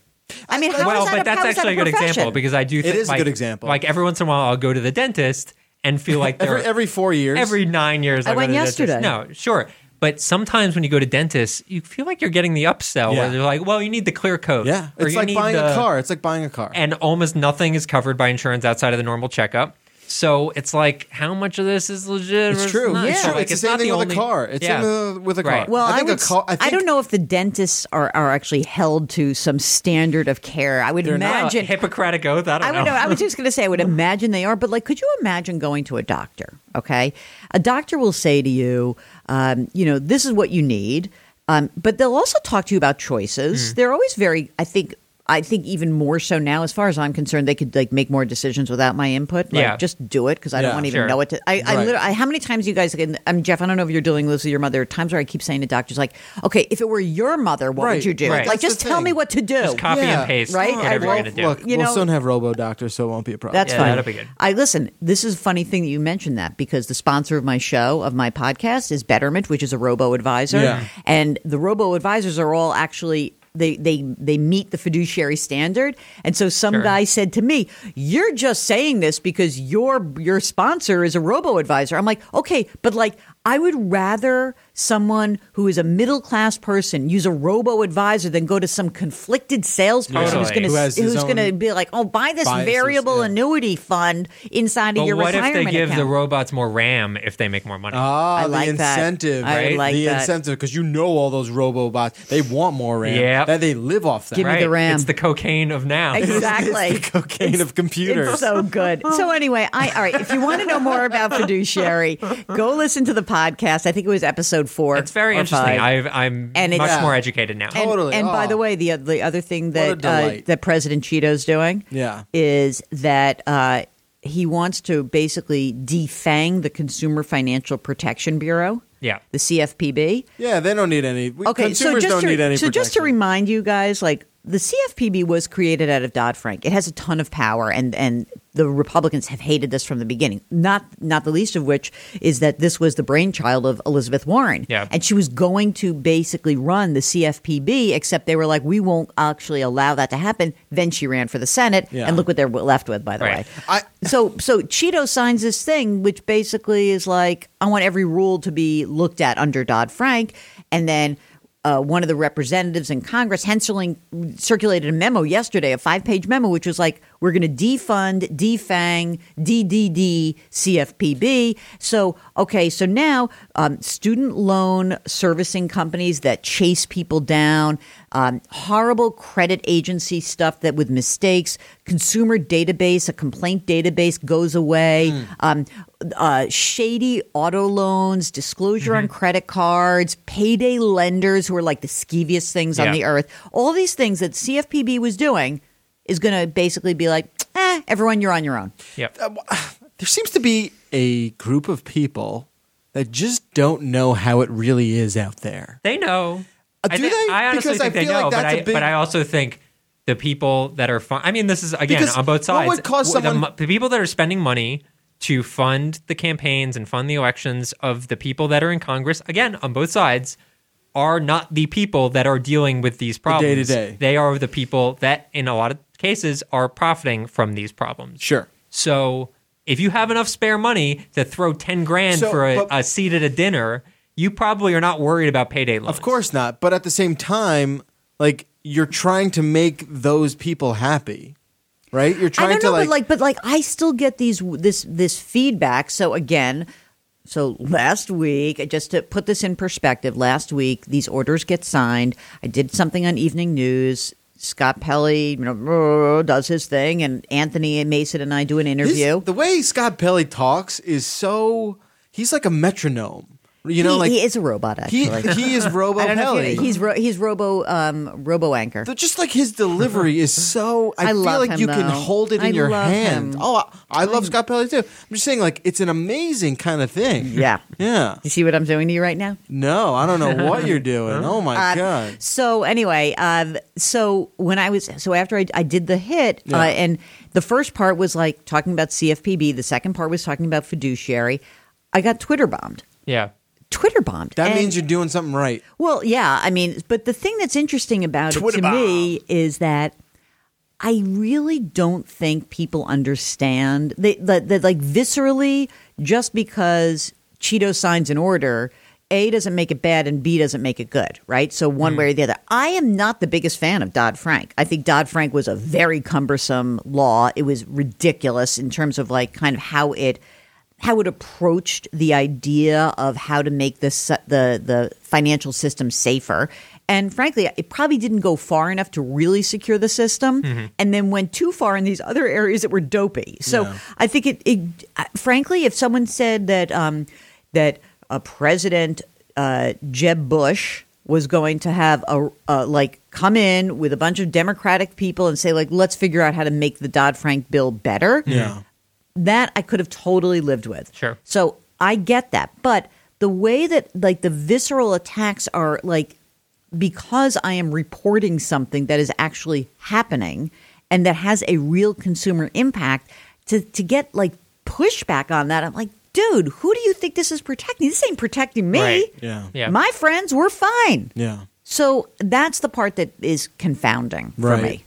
I mean, how is
well,
that
but
a,
that's
how is that
actually a good
profession?
example because I do. think
is a
like,
good example.
Like every once in a while, I'll go to the dentist
[LAUGHS]
and feel like they're
Every every four years.
every nine years.
I
go
went
to the dentist.
yesterday.
No, sure. But sometimes when you go to dentists, you feel like you're getting the upsell
Yeah.
where they're like, well, you need the clear coat.
yeah.
or
It's
you
like
need
buying
the-
a car. It's like buying a car.
And almost nothing is covered by insurance outside of the normal checkup. So it's like, how much of this is legit?
It's
versus
true.
not?
It's true.
Like,
It's the same
not
thing with a
only-
car. It's
Yeah.
in the- with a car.
Right.
Well,
I
I,
think a
would, s-
col- I
I,
think-
don't know if the dentists are, are actually held to some standard of care. I would
They're not.
Uh,
imagine.
Hippocratic oath. I don't
I
know.
would. I was just going to say. I would imagine they are. But like, could you imagine going to a doctor? Okay, a doctor will say to you, um, you know, this is what you need. Um, but they'll also talk to you about
Mm-hmm.
choices. They're always very. I think. I think even more so now, as far as I'm concerned, they could like make more decisions without my input. Like,
Yeah.
just do it because I
Yeah,
don't want to even
sure.
know what to. I, I,
Right.
literally, I how many times you guys? Can, I'm Jeff. I don't know if you're dealing with this with your mother. Times where I keep saying to doctors, like, okay, if it were your mother, what
Right,
would you do?
right.
That's
Like, just
the
tell
thing.
me what to do.
Just copy
Yeah.
and paste
Right?
whatever you're
I
going to
love-
do.
Look,
You
we'll
know-
soon have robo doctors, so it won't be a problem.
That's
Yeah,
fine.
that'll be good.
I listen. This is a funny thing that you mentioned that because the sponsor of my show of my podcast is Betterment, which is a robo advisor,
Yeah.
and the robo advisors are all actually. They, they they meet the fiduciary standard, and so some
Sure.
guy said to me, "You're just saying this because your your sponsor is a robo advisor." I'm like, "Okay, but like I would rather someone who is a middle class person use a robo advisor than go to some conflicted salesperson who's
Totally.
going
Who has
to
his
who's
own
going to be like, "Oh, buy this
biases,
variable
yeah.
annuity fund inside
But
of your
what if
retirement
they give
account.
the [LAUGHS] robots more RAM if they make more money?
Ah,
I
the
like that.
incentive,
I
right?
like
the
that.
incentive because you know all those robots. They want more RAM.
Yep.
that they live off that.
Give me
right?
the RAM.
It's the cocaine of now.
exactly.
It's the cocaine of computers.
It's so good. So anyway, I all right. If you want to know more about fiduciary, go listen to the podcast. I think it was episode four.
It's very
or
interesting.
five.
I've, I'm
And it's-
much
Yeah.
more educated now.
And-
Totally.
And, by
Oh.
the way, the the other thing
a
that uh,
delight.
that President Cheeto's doing,
Yeah.
is that uh, he wants to basically defang the Consumer Financial Protection Bureau,
yeah.
the CFPB.
yeah, they don't need any. we- consumers
just
don't
to,
need any.
So just to
protection.
remind you guys, like the CFPB was created out of Dodd Frank. It has a ton of power, and and the Republicans have hated this from the beginning. Not not the least of which is that this was the brainchild of Elizabeth Warren,
Yeah.
and she was going to basically run the CFPB, except they were like, we won't actually allow that to happen. Then she ran for the Senate,
Yeah.
and look what they're left with, by the
Right.
way.
I-
[LAUGHS] so so Cheeto signs this thing, which basically is like, I want every rule to be looked at under Dodd Frank, and then uh, one of the representatives in Congress, Henseling, circulated a memo yesterday, a five page memo, which was like, We're going to defund, defang, DDD, CFPB. So, okay, so now um, student loan servicing companies that chase people down, um, horrible credit agency stuff that with mistakes, consumer database, a complaint database goes away, um, uh, shady auto loans, disclosure on credit cards, payday lenders who are like the skeeviest things on
Yeah.
the earth. All these things that CFPB was doing is going to basically be like, eh, everyone, you're on your own.
Yep.
Um, There seems to be a group of people that just don't know how it really is out there.
They know.
Uh,
I
do
thi-
they?
I honestly
Because I
think they
feel like
know, but
that's a
I
big-
but I also think the people that are fun- I mean, this is again
Because
on both
what
sides.
would cause
W- the
someone-
mo- the, people that are spending money to fund the campaigns and fund the elections of the people that are in Congress, again on both sides, are not the people that are dealing with these problems.
day-to-day.
They are the people that, in a lot of cases, are profiting from these problems.
Sure.
So if you have enough spare money to throw ten grand
So,
for a,
but-
a seat at a dinner, you probably are not worried about payday loans.
Of course not. But at the same time, like you're trying to make those people happy, right? You're
I
trying
don't know,
to like,
but like, but like, I still get these this this feedback. So again, so last week, just to put this in perspective, last week these orders get signed. I did something on evening news. Scott Pelley, you know, does his thing, and Anthony Mason and I do an
his-
interview.
the way Scott Pelley talks is so he's like a metronome. You know,
he,
like
he is a robot.
he,
Actually,
he is Robo
[LAUGHS] I don't know.
Pelley.
If you, he's ro- he's Robo um, Robo Anchor.
But just like his delivery is so, I,
[LAUGHS] I
feel
love
like
him,
you can
though.
hold it in
I
your
love
hand.
him.
Oh, I, I love Scott Pelley too. I'm just saying, like, it's an amazing kind of thing.
yeah.
Yeah.
You see what I'm doing to you right now?
No, I don't know what
[LAUGHS]
you're doing. Oh my
Uh,
god.
So anyway, uh, so when I was so after I, I did the hit,
Yeah.
uh, and the first part was like talking about CFPB. The second part was talking about fiduciary. I got Twitter bombed.
Yeah.
Twitter bombed.
That
And-
means you're doing something right.
well, yeah. I mean, but the thing that's interesting about
Twitter
it to me is that I really don't think people understand they- that, that, like, viscerally, just because Cheeto signs an order. A doesn't make it bad and B doesn't make it good, right? So, one way or the other. I am not the biggest fan of Dodd Frank. I think Dodd Frank was a very cumbersome law. It was ridiculous in terms of, like, kind of how it how it approached the idea of how to make the se- the the financial system safer. And frankly, it probably didn't go far enough to really secure the system, and then went too far in these other areas that were dopey. So I think it, it. Frankly, if someone said that um, that a president uh, Jeb Bush was going to have a uh, like come in with a bunch of Democratic people and say like, let's figure out how to make the Dodd Frank bill better
Yeah.
that I could have totally lived with.
Sure.
So I get that. But the way that like the visceral attacks are like because I am reporting something that is actually happening and that has a real consumer impact to to get like pushback on that I'm like dude who do you think this is protecting this ain't protecting me
Right.
Yeah.
Yeah.
my friends we're fine
Yeah.
so that's the part that is confounding
Right.
for me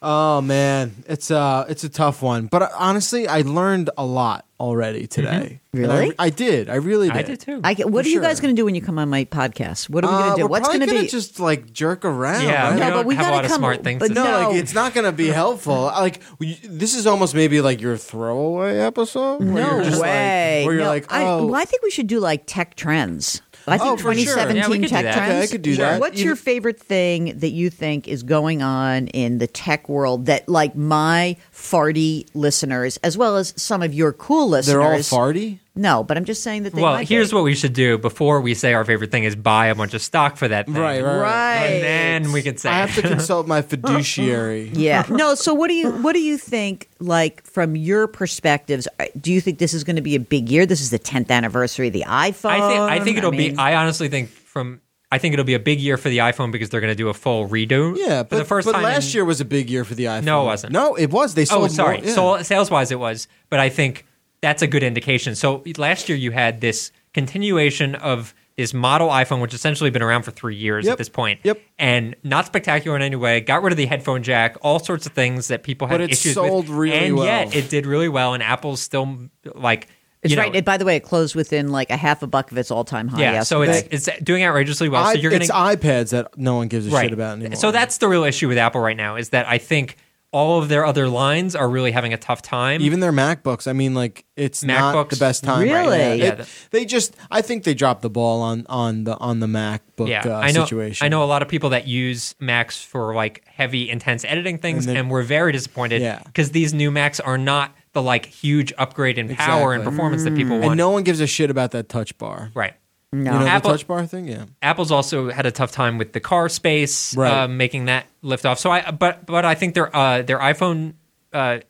Oh man, it's a it's a tough one. But I- honestly, I learned a lot already today.
Mhm.
And I-
Really?
I, did. I really did.
I did too.
I get, what
For
are you guys
sure.
going to do when you come on my podcast what are we going
Uh,
to do
we're
what's
probably
going to
gonna
be
just like jerk around?
Yeah,
right?
we
No,
don't
but we
have a
gotta
lot of
come-
smart things.
but
to
No,
say.
No.
like it's not going to
[LAUGHS]
be helpful. Like we- this is almost maybe like your throwaway episode. where
No
you're just like-
way.
where you're
No,
like,
I,
oh,
well, I think we should do like tech trends. I think
Oh, for sure.
2017
Yeah, we could do
tech
that.
trends.
Okay, I could do Sure. that.
What's
Even-
your favorite thing that you think is going on in the tech world that, like, my farty listeners, as well as some of your cool listeners,
they're all farty.
No, but I'm just saying that. They
well,
might
here's
be.
what we should do before we say our favorite thing is buy a bunch of stock for that thing.
Right, right,
right.
And then we could say
I have to [LAUGHS]
it. [LAUGHS]
consult my fiduciary.
[LAUGHS] Yeah. No. So what do you what do you think? Like from your perspectives, uh, do you think this is going to be a big year? This is the 10th anniversary of the iPhone.
I think I think it'll
mean-
be I honestly think from I think it'll be a big year for the iPhone because they're going to do a full redo.
Yeah,
for
but
the first
but
time
last
in-
year was a big year for the iPhone.
No, it wasn't.
No, it was. They sold.
Oh, sorry.
More, yeah.
sales wise, it was, but I think that's a good indication. So last year you had this continuation of this model iPhone, which essentially been around for three years
Yep.
at this point.
Yep.
And not spectacular in any way. Got rid of the headphone jack, all sorts of things that people had
But it
issues
sold
with.
really
and
well.
yet it did really well, and Apple's still like.
It's
you know,
right. And by the way, it closed within like a half a buck of its all time high.
yeah, so
yesterday.
it's it's doing outrageously well.
I-
so you're going
it's
to
iPads that no one gives a shit about anymore.
So that's the real issue with Apple right now is that I think all of their other lines are really having a tough time.
Even their MacBooks. I mean, like it's not
Mm-hmm. MacBooks?
the best time.
Really?
Right now.
Yeah,
It-
the-
they just. I think they dropped the ball on on the on the MacBook
yeah,
uh,
I know.
situation.
I know a lot of people that use Macs for like heavy, intense editing things,
And
and,
they're-
we're very disappointed
Yeah.
because these new Macs are not the like huge upgrade in power
Exactly.
and
Mm.
performance that people want.
And no one gives a shit about that touch bar.
right.
No.
You know
Apple-
the touch bar thing. Yeah.
Apple's also had a tough time with the car space,
Right.
uh, making that lift off. So I, but but I think their uh, their iPhone uh,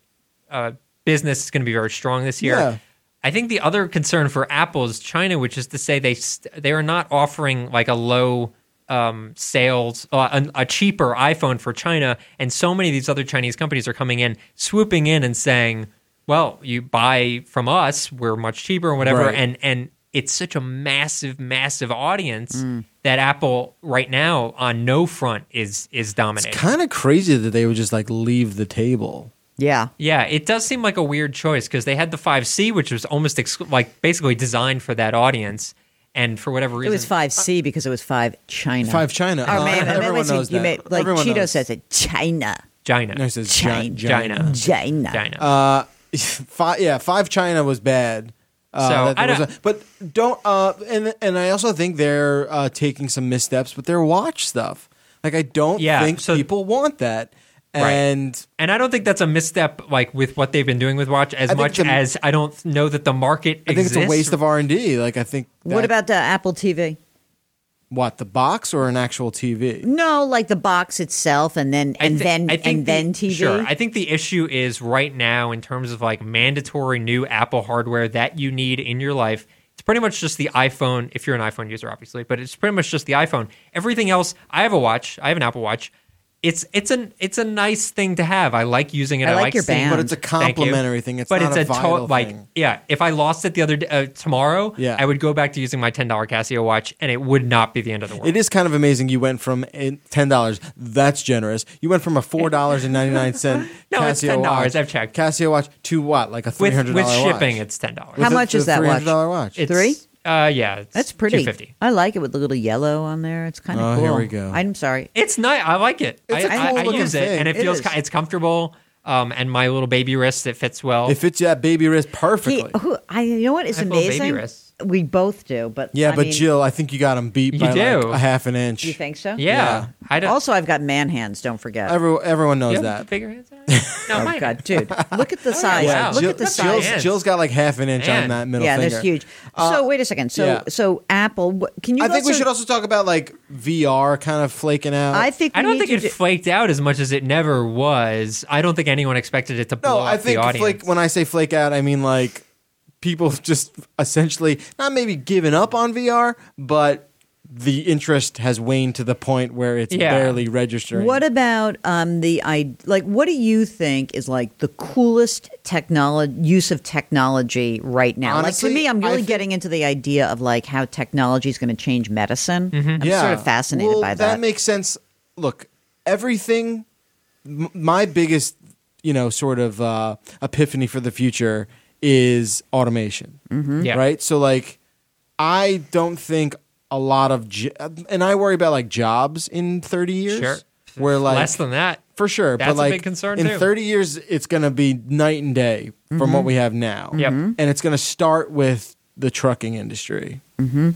uh, business is going to be very strong this year.
Yeah.
I think the other concern for Apple is China, which is to say they st- they are not offering like a low um, sales uh, an, a cheaper iPhone for China, and so many of these other Chinese companies are coming in, swooping in, and saying, "Well, you buy from us, we're much cheaper, and whatever."
Right.
And and and it's such a massive massive audience
Mm.
that apple right now on no front is is dominating
Kind of crazy that they would just like leave the table.
Yeah.
yeah it does seem like a weird choice because they had the 5c which was almost exclu- like basically designed for that audience and for whatever
It
reason
was 5C because it was 5 China.
Five China.
Oh,
Uh,
man. I
[LAUGHS]
meant
everyone
when you-
knows
you
that.
made- like
Everyone
Cheeto
knows.
says it. China.
china
No, it says
China.
Gi- China.
China.
china
Uh, five, yeah, five China was bad. Uh,
So,
that there
I
was
don't-
a- but don't uh, and and I also think they're uh, taking some missteps with their watch stuff. Like I don't
Yeah,
think
so-
people want that,
Right.
and
and i don't think that's a misstep like with what they've been doing with watch as
think
much
the-
as i don't know that the market
I think it's a
exists.
waste of R and D. Like I think
What
that-
about the Apple TV?
what the box or an actual TV?
No, like the box itself, and then
I
and
thi-
then
I think
and
the-
then TV.
Sure. I think the issue is right now in terms of like mandatory new Apple hardware that you need in your life. It's pretty much just the iPhone if you're an iPhone user, obviously, but it's pretty much just the iPhone. Everything else, I have a watch. I have an Apple Watch. It's it's an it's a nice thing to have. I like using it.
I
I,
like
like
your
seeing
band.
But it's a
Thank you.
complimentary thing. It's
but
not
it's
a,
a,
vital
to- like
thing.
yeah. If I lost it the other day, uh, tomorrow,
Yeah.
I would go back to using my ten dollar Casio watch, and it would not be the end of the world.
It is kind of amazing. You went from a- ten dollars. That's generous. You went from a four dollars and ninety
[LAUGHS]
nine cent.
No, it's $10. I've checked.
Casio watch to what? Like a three
with
hundred
with
dollars
shipping, it's ten dollars.
How much is that
Three
watch?
hundred dollar watch.
It's,
Three?
Uh, yeah, it's
That's pretty.
250.
I like it with the little yellow on there. It's kind
Oh,
of cool.
here we go.
I'm sorry.
It's nice. I like it.
It's a
I- I-
cool
I
looking
use it,
thing.
and it,
It
feels
is.
ki- it's comfortable. Um, and my little baby wrist, it fits well.
it fits that baby wrist
He, oh,
perfectly.
who, I, you know what is
I have little baby
amazing?
wrists.
We both do, but
yeah,
I
but
mean,
Jill, I think you got him beat
You
by like,
do.
a half an inch.
you think so?
yeah,
Yeah.
I don't.
Also, I've got man hands. Don't forget.
Every, everyone knows
you have
that.
bigger hands.
[LAUGHS]
than I- No,
oh
mine-
God, dude, look at the size.
yeah.
Look
Jill,
at the
That's
size.
Jill's,
size.
Jill's got like half an inch on
Man.
that middle
yeah,
finger.
that's huge. so wait a second. So
yeah.
so Apple, wh- can you?
I think we
also-
should also talk about like VR kind of flaking out.
I think we
I don't
need
think
to
it
do-
flaked out as much as it never was. I don't think anyone expected it to blow
no,
up
I think
the audience.
flake. When I say flake out, I mean like people [LAUGHS] just essentially not maybe giving up on VR, but the interest has waned to the point where it's
Yeah.
barely registering.
What about um, the I like? What do you think is like the coolest technology use of technology right now?
Honestly,
like to me, I'm
I
really
think-
getting into the idea of like how technology is going to change medicine. I'm sort of fascinated
Well,
by that.
that. makes sense. Look, everything. M- my biggest, you know, sort of uh, epiphany for the future is automation. Mm-hmm.
Yeah.
Right. So like, I don't think a lot of, j- and I worry about like jobs in thirty years.
Sure.
Where like
less than that.
for sure.
That's
but like
a big concern
in
too.
30 years, it's going to be night and day from
Mm-hmm.
what we have now.
Yep. Mhm.
And it's going to start with the trucking industry. Mm-hmm.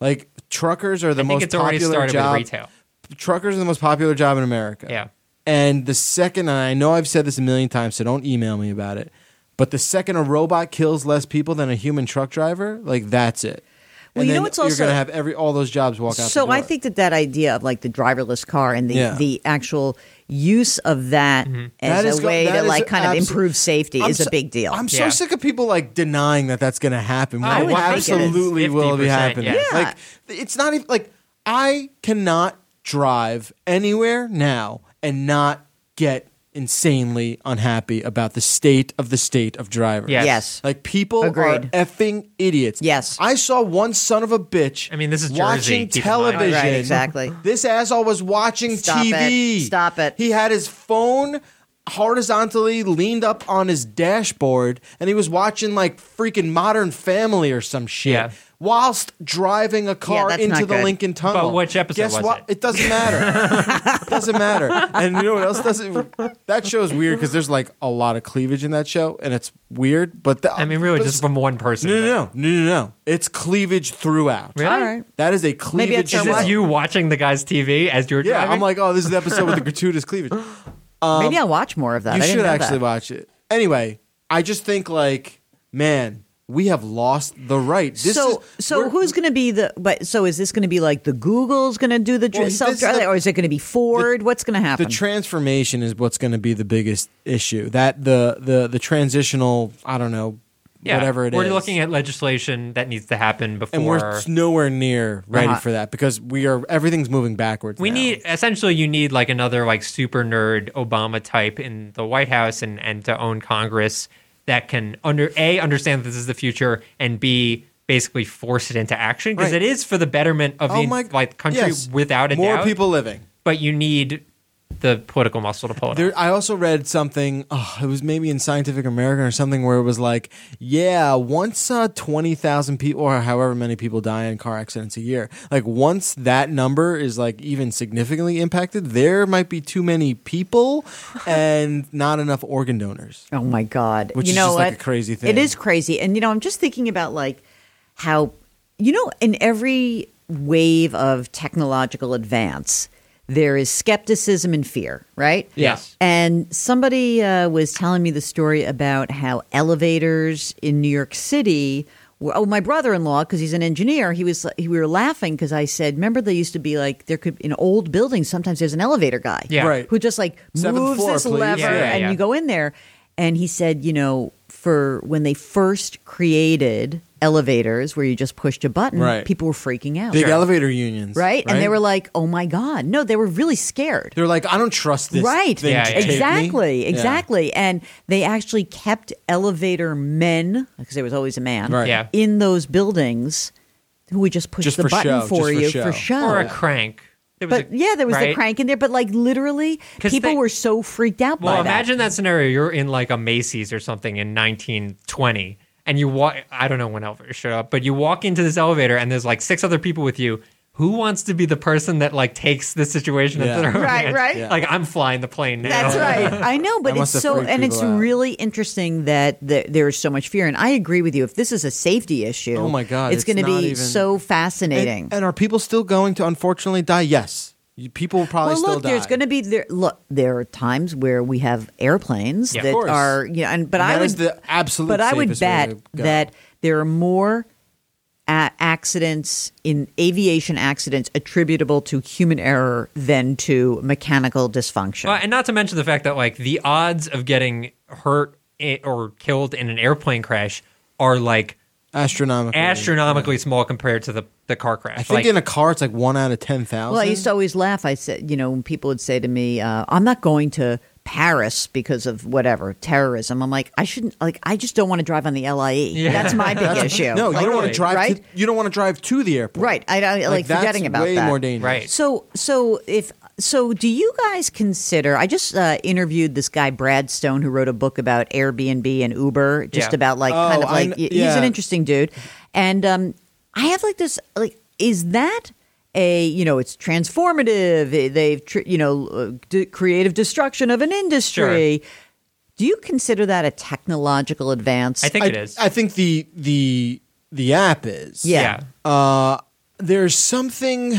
Like truckers are the
I
most
think it's already
popular
started
job.
with retail.
Truckers are the most popular job in America.
Yeah.
And the second, and I know I've said this a million times, so don't email me about it. But the second a robot kills less people than a human truck driver, like that's it.
Well,
and
you
then
know what's
you're
also-
going to have every all those jobs walk out.
so
the
I
door.
think that that idea of like the driverless car and the
Yeah. Mm-hmm.
the actual use of that as
That is
a
go-
way
that
to
is
like kind
abso-
of improve safety
I'm
is
so-
a big deal.
I'm so
Yeah.
sick of people like denying that that's going to happen. When
I
it
would think it is.
absolutely will be
50%,
happening.
yeah.
Yeah.
Like it's not even like I cannot drive anywhere now and not get insanely unhappy about the state of the state of drivers.
Yes.
Yes.
Like people
Agreed.
are effing idiots.
Yes.
I saw one son of a bitch.
I mean, this is Jersey,
watching
keep in mind.
television.
Right, exactly.
This asshole was watching
Stop
TV.
it. Stop it.
He had his phone horizontally leaned up on his dashboard and he was watching like freaking Modern Family or some shit
Yeah.
whilst driving a car
that's
into
not
the
good.
Lincoln Tunnel.
But which episode
Guess
was
what?
it?
doesn't
[LAUGHS]
matter. it doesn't matter. And you know what else doesn't? That show's weird because there's like a lot of cleavage in that show and it's weird. But the,
I mean, really,
but
just from one person.
no, no, no, no, no, no. It's cleavage throughout.
Really?
All right.
That is a
Maybe
cleavage.
it's
Is
So
this
what?
you watching the guy's TV as you're
Yeah,
driving?
I'm like, oh, this is the episode with the gratuitous
[LAUGHS]
cleavage.
Maybe I'll watch more of that.
Um, You
I didn't
should
know
actually
that.
watch it. Anyway, I just think like, man, we have lost the right. This
so,
is,
so
we're-
who's going to be the? But so is this going to be like the Google's going to do the
Well,
dr
this
self driving,
is a-
or is it going to be Ford? What's going to
the
happen?
transformation is what's going to be the biggest issue. That the the the transitional, I don't know,
Yeah,
whatever it is.
We're looking at legislation that needs to happen before.
and we're nowhere near ready
Uh-huh.
for that because we are everything's moving backwards.
we
now.
need essentially you need like another like super nerd Obama type in the White House and and to own Congress that can under a understand that this is the future and b basically force it into action because
Right.
it is for the betterment of
oh
the
my
like country
yes.
without a
more
doubt.
people living.
but you need the political muscle to pull it.
There,
off.
I also read something. Oh, it was maybe in Scientific American or something where it was like, yeah, once uh, twenty thousand people or however many people die in car accidents a year, like once that number is like even significantly impacted, there might be too many
[LAUGHS]
people and not enough organ donors.
Oh my God!
Which
you
is
know
just,
what?
like, a crazy thing.
It is crazy, and you know, I'm just thinking about like how you know, in every wave of technological advance, there is skepticism and fear, right?
Yes.
And somebody uh, was telling me the story about how elevators in New York City. Were, oh, my brother-in-law, because he's an engineer, he was. He, we were laughing because I said, "Remember, they used to be like there could in old buildings. Sometimes there's an elevator guy,
Yeah.
Right.
who just like
Seventh
moves
floor,
this
please.
lever,
Yeah, yeah,
and
yeah.
you go in there. And he said, you know, for when they first created elevators where you just pushed a button,
Right.
people were freaking out,
Big
right?
elevator unions,
And they were like, oh my God. No, they were really scared.
they're like, I don't trust this,
right.
Thing
Yeah,
to
yeah.
take me."
Exactly.
Yeah.
Exactly. And they actually kept elevator men, because there was always a man,
Right.
Yeah.
in those buildings who would just push
Just
the
for
button
show,
for
just for
you
show.
for show.
Oh.
or a crank. There was
But
a-
yeah, there was the
right?
crank in there, but like literally,
'Cause
people
they-
were so freaked out
Well,
by that.
imagine that scenario. You're in like a Macy's or something in 1920, and you walk. I don't know when elevators showed up, but you walk into this elevator, and there's like six other people with you. Who wants to be the person that like takes the situation
Yeah.
at their own
Right,
hands?
right. Yeah.
Like I'm flying the plane
[LAUGHS]
now. [LAUGHS]
That's right. I know,
That
but it's
must have
so
freaked
and
people
it's
out.
really interesting that th there is so much fear. And I agree with you. If this is a safety issue,
Oh my God,
it's,
it's
going to
not
be
even-
so fascinating.
And, and are people still going to unfortunately die? Yes, You- people will probably
well,
still
look,
die.
there's going to be there. Look, there are times where we have airplanes
Yeah, of
that
course.
are you know, and but I
That
would
is the absolute
but I would
safest way
bet
to go.
that there are more a- accidents in aviation accidents attributable to human error than to mechanical dysfunction.
Well, and not to mention the fact that like the odds of getting hurt i- or killed in an airplane crash are like
astronomical.
astronomically small compared to the the car crash.
I think
Like,
in a car, it's like one out of ten thousand.
Well, I used to always laugh. I said, you know, when people would say to me, uh, "I'm not going to Paris because of whatever terrorism," I'm like, I shouldn't. Like, I just don't want to drive on the LIE.
Yeah.
That's my
[LAUGHS]
big issue.
No,
Like,
you don't want to drive.
right?
To, you don't want to drive to the airport.
Right. I, I like,
that's
forgetting about
way
that.
more dangerous.
Right.
So, so if so, do you guys consider? I just uh, interviewed this guy Brad Stone who wrote a book about Airbnb and Uber, just
Yeah.
about like
Oh,
kind of
I
like
kn-
he's
yeah.
an interesting dude, and um, I have like this like is that. A you know it's transformative. eh, They've tr- you know uh, d- creative destruction of an industry. Do you consider that a technological advance?
I think
I,
it is.
I think the the the app is.
Yeah.
Uh, there's something.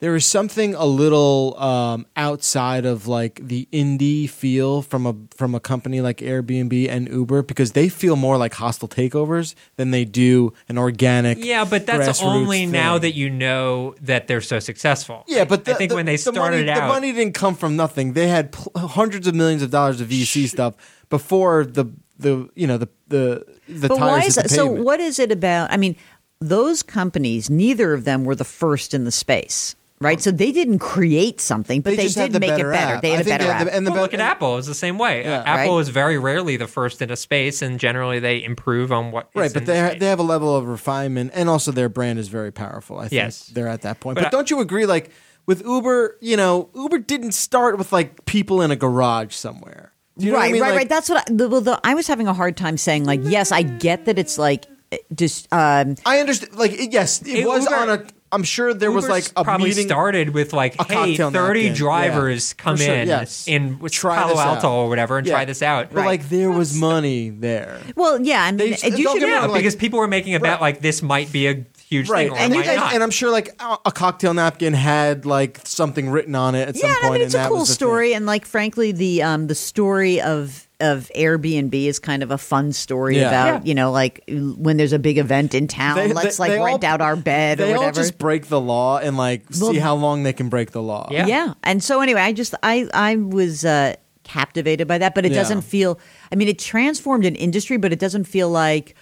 There is something a little um, outside of like the indie feel from a from a company like Airbnb and Uber because they feel more like hostile takeovers than they do an organic.
Yeah, but that's
grassroots
only now
thing.
that you know that they're so successful.
Yeah, but the,
I think
the-
when they
the
started
money,
out,
the money didn't come from nothing. They had pl- hundreds of millions of dollars of VC stuff before the the you know the the the
but
tires
why
hit
is
the
that? So
pavement.
what is it about? I mean, those companies, neither of them were the first in the space, right? So they didn't create something, but they,
just had
did
the
make it
better
better.
app.
They had
I
a
think
better
they had
app.
the- and the
well, look
be-
at Apple. It's the same way.
Yeah.
Uh, Apple
Right.
is very rarely the first into space, and generally they improve on what. is
Right, but
in the
they
space.
they have a level of refinement, and also their brand is very powerful. I think
Yes.
they're at that point. But,
But I-
don't you agree? Like with Uber, you know, Uber didn't start with like people in a garage somewhere. Do you know
right,
what I mean?
right,
Like,
right. That's what I, the, well, the, I was having a hard time saying. Like, yes, I get that it's like eh, just um,
I understand. Like, it- yes, it
Hey,
was
Uber-
on a. I'm sure there was
Uber's
like a
probably
meeting.
started with like,
a
hey,
cocktail
thirty
napkin. Yeah.
drivers come
For sure,
in
yes.
in
Try
Palo
this out.
Alto or whatever and
Yeah.
try this out.
But like, there was money there.
well, yeah. I
They-
mean, uh,
don't
you should
get me
yeah,
wrong, like-
Uh, because people were making a bet like this might be a huge
Right,
thing, or
and
it
you
might
guys,
not.
and I'm sure like a a cocktail napkin had like something written on it at
Yeah,
some
I
point,
mean it's
and
a
that
cool
was the thing.
story, and like frankly, the um the story of of Airbnb is kind of a fun story
Yeah.
about
Yeah.
you know like when there's a big event in town,
They-
let's
they-
like
they all-
rent out our bed or
They
whatever.
all just break the law and like see
Well-
how long they can break the law.
Yeah.
yeah. and so anyway, I just I I was uh, captivated by that, but it
Yeah.
doesn't feel. I mean, it transformed an industry, but it doesn't feel like.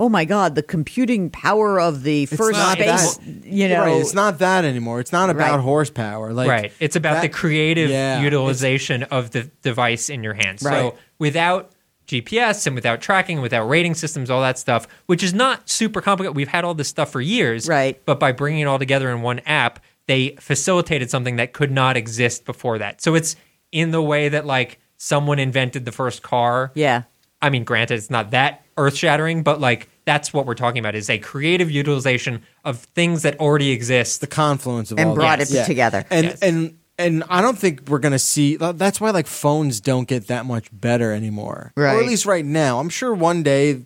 Oh my God! The computing power of the first
not
space,
that-
you know,
Right, it's not that anymore. It's not about
Right.
horsepower. Like
right. It's about
that-
the creative
Yeah, it's-
utilization of the device in your hands.
Right.
So without GPS and without tracking, without rating systems, all that stuff, which is not super complicated. We've had all this stuff for years.
Right.
But by bringing it all together in one app, they facilitated something that could not exist before that. So it's in the way that like someone invented the first car.
yeah,
I mean, granted, it's not that earth shattering, but like that's what we're talking about is a creative utilization of things that already exist.
the confluence of
And
all
brought
this.
it together.
And
Yes.
and and I don't think we're gonna see. That's why like phones don't get that much better anymore, Or at
Right.
least right now. I'm sure one day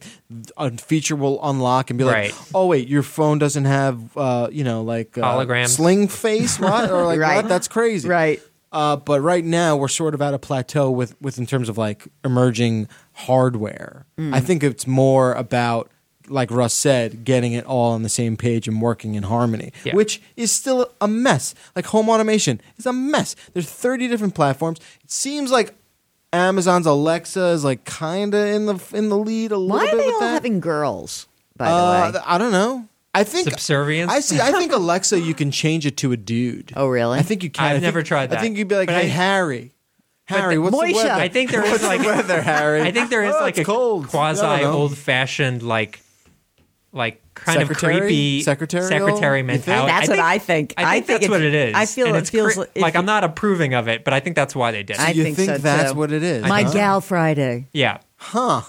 a feature will unlock and be like,
Right.
"Oh wait, your phone doesn't have uh, you know like uh,
Holograms.
sling face, what? Or like
[LAUGHS] Right.
what? That's crazy,
Right.
Uh, but right now we're sort of at a plateau with, with in terms of like emerging hardware.
Hmm.
I think it's more about like Russ said, getting it all on the same page and working in harmony,
Yeah.
which is still a mess. Like home automation is a mess. There's 30 different platforms. It seems like Amazon's Alexa is like kind of in the in the lead a little
Why
bit
are they
with
all
that.
having girls? By
uh,
the way,
I don't know. I think
Subservience?
I see. I
[LAUGHS]
think Alexa, you can change it to a dude.
Oh, really?
I think you can.
I've
I think-
never tried
I
that.
think you'd be like,
But
"Hey,
I-
Harry, Harry,
the-
what's the
Moisha!
weather?
I think
[LAUGHS]
there
what's
is like
the weather, Harry?
I think there is
Oh,
like
it's
a
cold. I don't
quasi
know.
old fashioned like like kind
Secretary?
of creepy
Secretarial?
secretary
You think?
mentality.
That's what I think.
I
I
think
think
that's
if-
what it is.
I feel
And
it
it's
feels
cre-
li- if
like I'm
you-
not approving of it, but I think that's why they did. it.
I
you
think,
think
so,
that's
too.
what it is,
My
huh?
gal Friday,
yeah.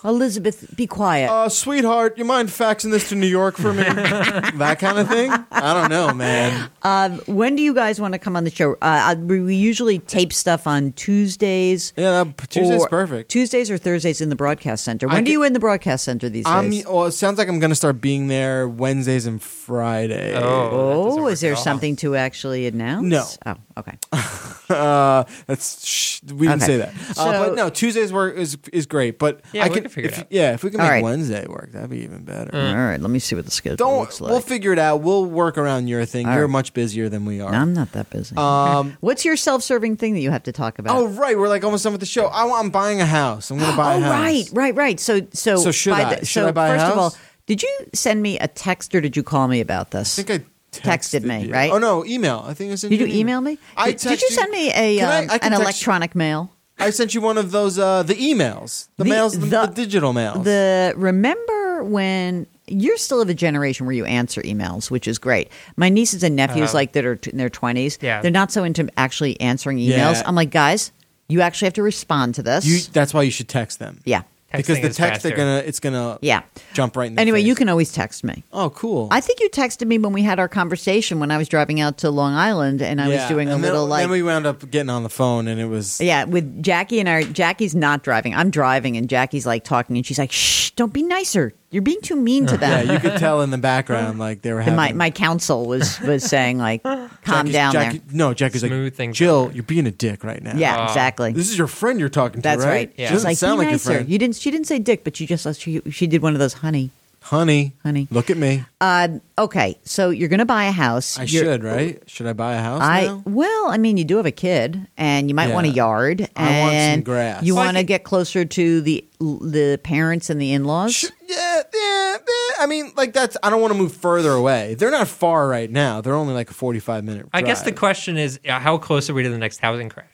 Elizabeth, be quiet.
Uh, sweetheart, you mind faxing this to New York for
[LAUGHS]
me? that kind of thing. I don't know, man.
Um, when do you guys want to come on the show? Uh, I- we we usually tape stuff on Tuesdays.
Yeah, that, Tuesday's
or-
perfect.
Tuesdays or Thursdays in the broadcast center. When
I
do
could-
you in the broadcast center these
I'm,
days?
well, it sounds like I'm going to start being there Wednesdays and Fridays.
that doesn't
oh,
work
is there
at all.
something to actually announce?
No.
Oh, okay.
[LAUGHS] Uh, that's shh, we didn't
Okay.
say that. uh,
So-
but no, Tuesdays work is is great. But
Yeah,
I
we
could-
can figure it
if-
out.
Yeah, if we can
All
make
right.
Wednesday work, that'd be even better.
All right. Let me see what the schedule
Don't
looks like.
we'll figure it out. We'll work around your thing. You're
right.
much busier than we are.
I'm not that busy.
Um, [LAUGHS]
What's your self-serving thing that you have to talk about?
oh right, we're like almost done with the show. I, am buying a house. I'm going
[GASPS]
to buy a
Oh,
house.
right, right, right. So, so,
So should
by
I?
The,
Should
so
I buy a
first of
house?
all, did you send me a text or did you call me about this?
I think I
Texted me,
you.
right?
Oh no, email. I think I sent
Did you
an
email me?
I
did, did you
texted-
send me a
Can I-
um,
I can
an
text-
electronic mail?
I sent you one of those uh, the emails, the, mails, the, the digital mails.
The remember when you're still of a generation where you answer emails, which is great. My nieces and nephews,
Uh-huh.
like that are t- in their twenties,
Yeah.
they're not so into actually answering emails.
Yeah.
I'm like, guys, you actually have to respond to this.
you, that's why you should text them.
yeah,
because
Texting
the
is
text they're
faster.
gonna it's gonna
yeah.
jump right in. The
Anyway, you
face.
can always text me.
Oh, cool.
I think you texted me when we had our conversation when I was driving out to Long Island and I was
Yeah,
doing a
and then-
little like
Then we wound up getting on the phone, and it was
Yeah, with Jackie and our Jackie's not driving. I'm driving, and Jackie's like talking, and she's like, "Shh, don't be nicer. You're being too mean to
[LAUGHS] yeah.
them."
You could tell in the
[LAUGHS]
background, like they were having
and my my counsel was was saying
[LAUGHS]
like, "Calm
Jackie's-
down
Jackie, No, Jackie's
Smooth
like
things
Jill.
over."
You're being a dick right now.
there." Yeah,
Uh,
exactly.
This is your friend you're talking to,
That's right.
right?
Yeah.
She
She's
doesn't
She's like,
sound
"Be
like
nicer."
your friend.
You didn't. She didn't say dick, but she just she she did one of those honey.
honey,
Honey.
look at me.
Um, okay, so you're gonna buy a house.
I
You're-
should, right? Should I buy a house
I
now?
well, I mean, you do have a kid, and you might want a
Yeah.
yard, and
I want some grass.
you
Well, I
want to
think-
get closer to the the parents and the in laws.
Sh- Yeah, yeah, yeah. I mean, like that's. I don't want to move further away. They're not far right now. They're only like a forty-five minute.
I guess the
drive.
question is uh, how close are we to the next housing crash?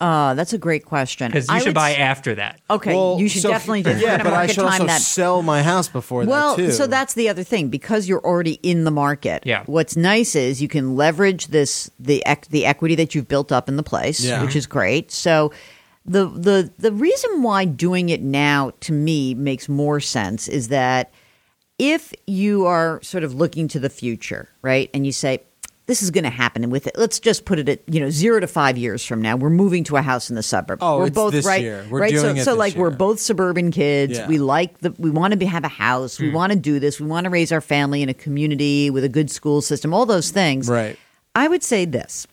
Uh, that's a great question.
Because you
I
should
would
buy
s-
after that.
Okay,
Well,
you should
so-
definitely
[LAUGHS]
do.
Yeah,
We're
but
gonna
I
market
should also
time that.
sell my house before
well,
that too.
so that's the other thing because you're already in the market.
Yeah.
What's nice is you can leverage this the ec- the equity that you've built up in the place,
Yeah.
which is great. So the the the reason why doing it now to me makes more sense is that if you are sort of looking to the future, right, and you say this is going to happen with it. Let's just put it at you know zero to five years from now. We're moving to a house in the suburb.
Oh,
we're
it's
both
this
right,
year. We're
right. so,
doing it
so
this
like we're
year.
both suburban kids.
Yeah.
We like the we want to be, have a house. We want to do this. We want to raise our family in a community with a good school system. All those things.
Right.
I would say this: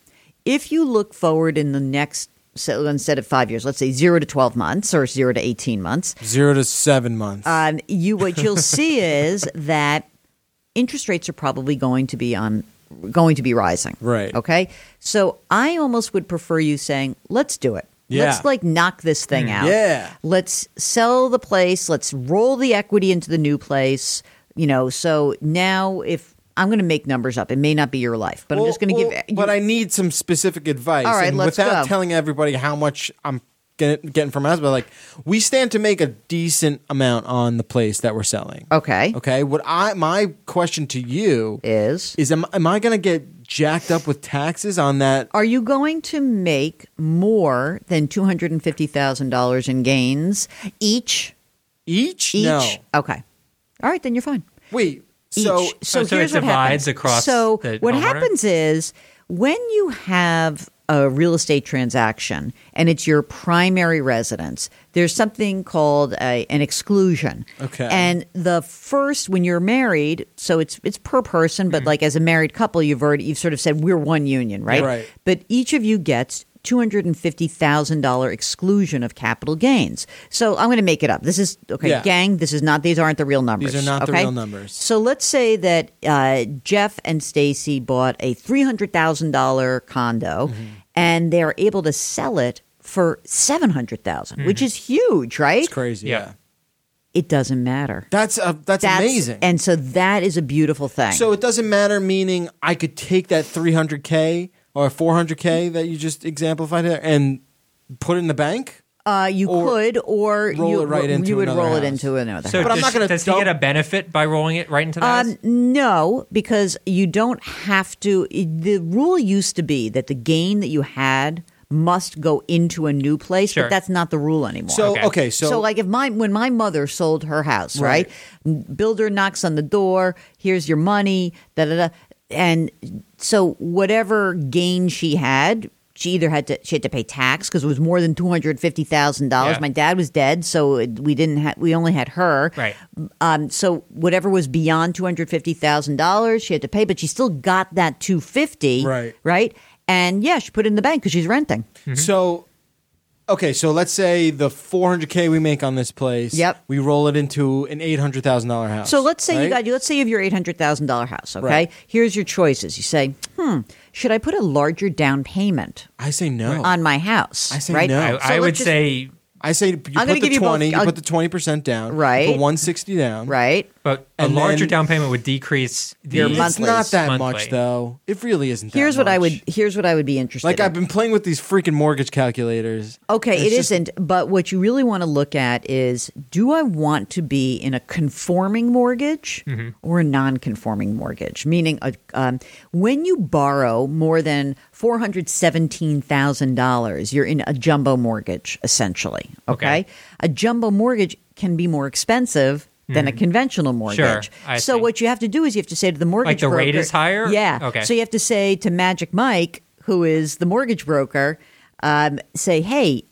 if you look forward in the next, so instead of five years, let's say zero to twelve months or zero to eighteen months,
zero to seven months.
um, you what
[LAUGHS]
you'll see is that interest rates are probably going to be on going to be rising.
Right.
Okay. So I almost would prefer you saying, "Let's do it.
Yeah. Mm,
Let's like knock this thing out.
yeah.
Let's sell the place. Let's roll the equity into the new place. You know. So now if I'm going to make numbers up, it may not be your life, but I'm just going to
Well,
give.
well, but I need some specific advice.
All right,
and
let's
without
go.
telling everybody how much I'm get- getting from us, but like we stand to make a decent amount on the place that we're selling.
okay.
Okay. What I my question to you
Is
is am, am I going to get jacked up with taxes on that?
Are you going to make more than two hundred and fifty thousand dollars in gains each?
Each?
Each?
No.
Okay. All right, then you're fine.
Wait.
Each.
So
so,
Oh, so
here's
it
what
divides
happens.
across
So
the
what
homeowner?
happens is when you have a real estate transaction and it's your primary residence, there's something called a, an exclusion.
Okay.
And the first when you're married, so it's it's per person,
Hmm.
but like as a married couple, you've already you've sort of said we're one union, right?
Right.
But each of you gets $250,000 exclusion of capital gains. So I'm going to make it up. This is okay,
Yeah.
gang, this is not these aren't the real numbers.
are not the
okay?
real numbers.
So let's say that uh, Jeff and Stacy bought a three hundred thousand dollar condo,
Mm-hmm.
and they're able to sell it for seven hundred thousand, which is huge, right?
Mm-hmm. it's crazy.
Yeah.
Yeah.
It doesn't matter.
That's uh, that's, amazing.
and so that is a beautiful thing.
so it doesn't matter. Meaning, I could take that 300k or 400k that you just exemplified there and put it in the bank.
uh, you
or
could, or
roll
you,
it right into
you would
another
roll it
house.
into another.
So
house.
But I'm
does,
not gonna
does
dump-
he get a benefit by rolling it right into the house?
Um, no, because you don't have to. The rule used to be that the gain that you had must go into a new place,
Sure.
but that's not the rule anymore.
So okay,
Okay.
so,
like if my when my mother sold her house,
Right.
right? Builder knocks on the door, here's your money, da da da, and so whatever gain she had. She either had to she had to pay tax because it was more than two hundred fifty thousand
Yeah.
dollars. My dad was dead, so it- we didn't ha- we only had her.
Right.
Um, so whatever was beyond two hundred fifty thousand dollars, she had to pay, but she still got that two fifty.
Right.
Right. And yeah, she put it in the bank because she's renting.
So, okay, so let's say the 400k we make on this place.
Yep.
We roll it into an $800,000 house.
So let's say you
right?
got let's say you have your eight hundred thousand dollar house. Okay,
Right.
here's your choices. You say, hmm, should I put a larger down payment
I say no.
on my house?
Oh. I say
right?
no.
I,
so
I
let's
would
just-
say,
I say you put
gonna
the
give you both-
20, you
I'll-
put the 20% down.
Right.
You put 160 down.
right.
but a
And
larger
then-
down payment would decrease the
Your
It's
monthly.
not that
Monthly.
much though. It really isn't. that
Here's what I
much.
would here's what I would be interested.
Like
in.
I've been playing with these freaking mortgage calculators.
Okay,
It's
it
just-
not But what you really want to look at is do I want to be in a conforming mortgage or a non conforming mortgage? Meaning, a, um, when you borrow more than $417,000, you're in a jumbo mortgage, essentially. Okay.
Okay.
A jumbo mortgage can be more expensive. Than a conventional mortgage.
I
so
see.
what you have to do is you have to say to the mortgage
the rate
broker-
is higher?
Yeah.
Okay.
So you have to say to Magic Mike, who is the mortgage broker, um, say, hey,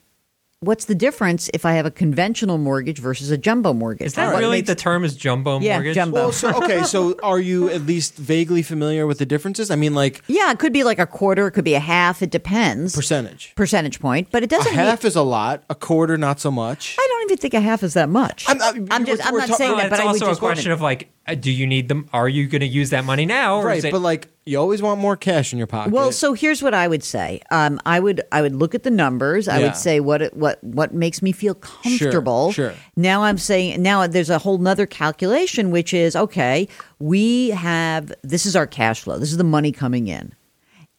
what's the difference if I have a conventional mortgage versus a jumbo mortgage?
is that
What
really
makes-
the term is jumbo
Yeah,
mortgage?
jumbo.
Well, Oh, so, okay, so are you at least vaguely familiar with the differences? I mean, like
yeah, it could be like a quarter, it could be a half, it depends.
percentage.
Percentage point, but it
A
doesn't
half
mean,
is a lot. A quarter, not so much.
I don't even think a half is that much.
I'm- I-
I'm just,
we're-
I'm
we're
not
talking-
saying
Well,
that, but
it's
I would
also a
just want
question
it.
of like, uh, do you need them? Are you going to use that money now? Or
right,
is it,
but like you always want more cash in your pocket.
Well, so here's what I would say. Um, I would I would look at the numbers. I
Yeah.
would say what it- what what makes me feel comfortable.
sure.
Now I'm saying now there's a whole nother calculation, which is okay. We have this is our cash flow. This is the money coming in.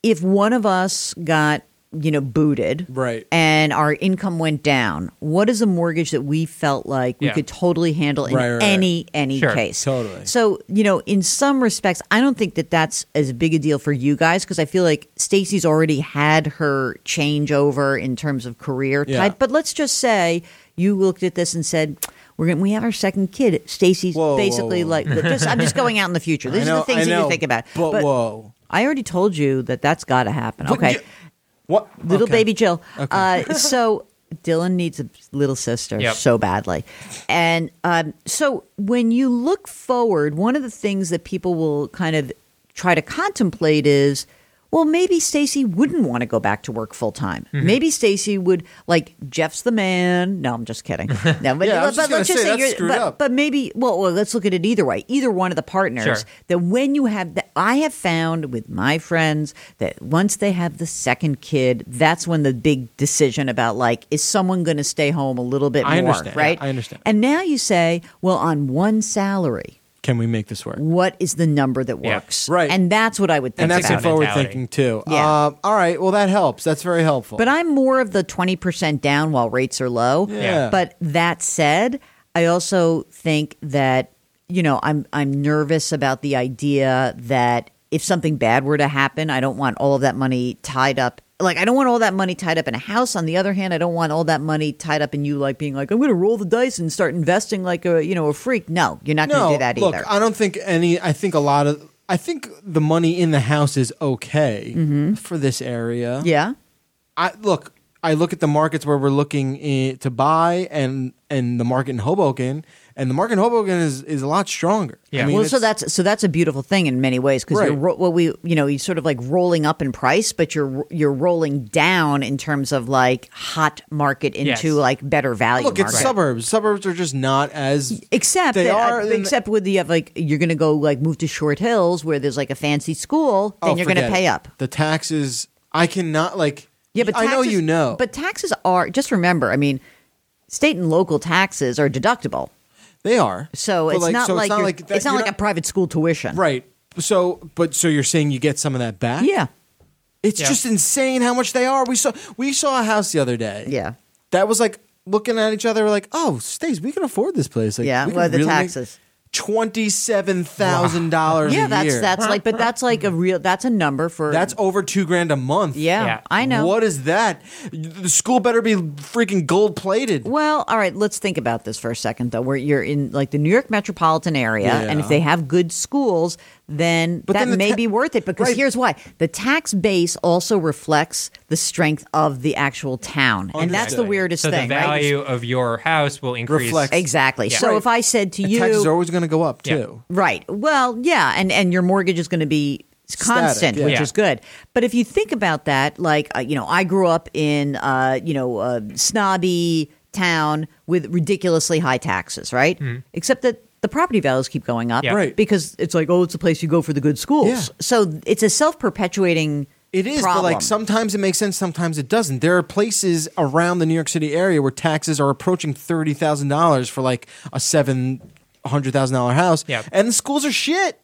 If one of us got you know, booted.
Right.
And our income went down. What is a mortgage that we felt like we
Yeah.
could totally handle in
Right, right, right.
any any
Sure.
case?
Totally.
So, you know, in some respects, I don't think that that's as big a deal for you guys because I feel like Stacey's already had her changeover in terms of career
Yeah.
type. But let's just say you looked at this and said, "We're going. to We have our second kid. Stacey's
Whoa, whoa,
basically
whoa.
like. Just, I'm just going
[LAUGHS]
out in the future. These
I know-
are the things
I
that
know,
you think about.
But,
But
whoa.
I already told you that that's got to happen.
But
okay,
you- What?
little
okay.
baby Jill. Uh, so [LAUGHS] Dylan needs a little sister
Yep.
so badly, and um, so when you look forward, one of the things that people will kind of try to contemplate is. Well, maybe Stacy wouldn't want to go back to work full time. Maybe Stacy would like Jeff's the man. No, I'm just kidding. No, but,
Yeah, I was just
but
gonna
let's just
say,
say,
that's
you're,
screwed
but,
up.
but maybe well, well, let's look at it either way. Either one of the partners
Sure.
that when you have that I have found with my friends that once they have the second kid, that's when the big decision about like is someone going to stay home a little bit
I
more,
understand. Yeah,
right?
I understand.
And now you say, well, on one salary,
Can we make this work?
what is the number that
Yeah.
works?
Right.
And that's what I would think
And that's
about.
a
That's a
forward
mentality.
thinking too.
Yeah.
Um, all right. Well, that helps. That's very helpful.
But I'm more of the 20% down while rates are low.
Yeah.
But that said, I also think that you know, I'm I'm nervous about the idea that if something bad were to happen, I don't want all of that money tied up. Like I don't want all that money tied up in a house. On the other hand, I don't want all that money tied up in you like being like I'm going to roll the dice and start investing like a, you know, a freak. No, you're not going to do that
look,
either.
I don't think any. I think a lot of. I think the money in the house is okay
Mm-hmm.
for this area.
yeah.
I look. I look at the markets where we're looking i to buy, and and the market in Hoboken, and the market in Hoboken is is a lot stronger.
Yeah.
I mean,
well, so
it's-
that's so that's a beautiful thing in many ways because you're
Right.
ro- what we you know you're sort of like rolling up in price, but you're you're rolling down in terms of like hot market into
Yes.
like better value.
look. It's
market.
suburbs. Suburbs are just not as
Except
They
that,
are
uh,
in the-
except with the like you're going to go like move to Short Hills where there's like a fancy school, then
Oh,
you're going to
forget
pay
it.
up.
The taxes. I cannot like.
Yeah, but
I know
taxes-
you know.
But taxes are just remember. I mean, state and local taxes are deductible,
they are.
so
But,
it's not
so
like you're-
that-
it's not
you're
like a private school tuition,
right. So, but so you're saying you get some of that back?
Yeah,
It's
Yeah.
just insane how much they are. We saw we saw a house the other day.
yeah.
That was like looking at each other we're like, "Oh, Stace, we can afford this place." Like,
Yeah,
we can
what are the
really make
taxes?
$27,000 a
yeah, that's
year.
that's like, but that's like a real. That's a number for
That's over 2 grand a month.
yeah,
Yeah.
I know.
What is that? The school better be freaking gold plated.
Well, all right. Let's think about this for a second, though. Where you're in like the New York metropolitan area, and
Yeah.
if they have good schools, then
But
that
then the
may
ta-
be worth it. Because
Right.
here's why: the tax base also reflects the strength of the actual town, and that's the
Understood.
weirdest
So the
thing. right?
value of your house will increase.
Reflects-
Exactly.
Yeah.
So
Right.
if I said to
And
you,
taxes are always going to go up,
Yeah.
too.
Right. Well, yeah, and and your mortgage is going to be constant,
Static, yeah.
which
Yeah.
is good. But if you think about that, like uh, you know, I grew up in uh, you know uh, snobby town with ridiculously high taxes, right?
Mm-hmm.
Except that the property values keep going up,
Yeah.
Right.
Because it's like, oh, it's a place you go for the good schools.
Yeah.
So it's a self perpetuating.
It is,
problem.
but like sometimes it makes sense, sometimes it doesn't. There are places around the New York City area where taxes are approaching thirty thousand dollars for like a seven hundred thousand dollar house,
Yeah.
and the schools are shit.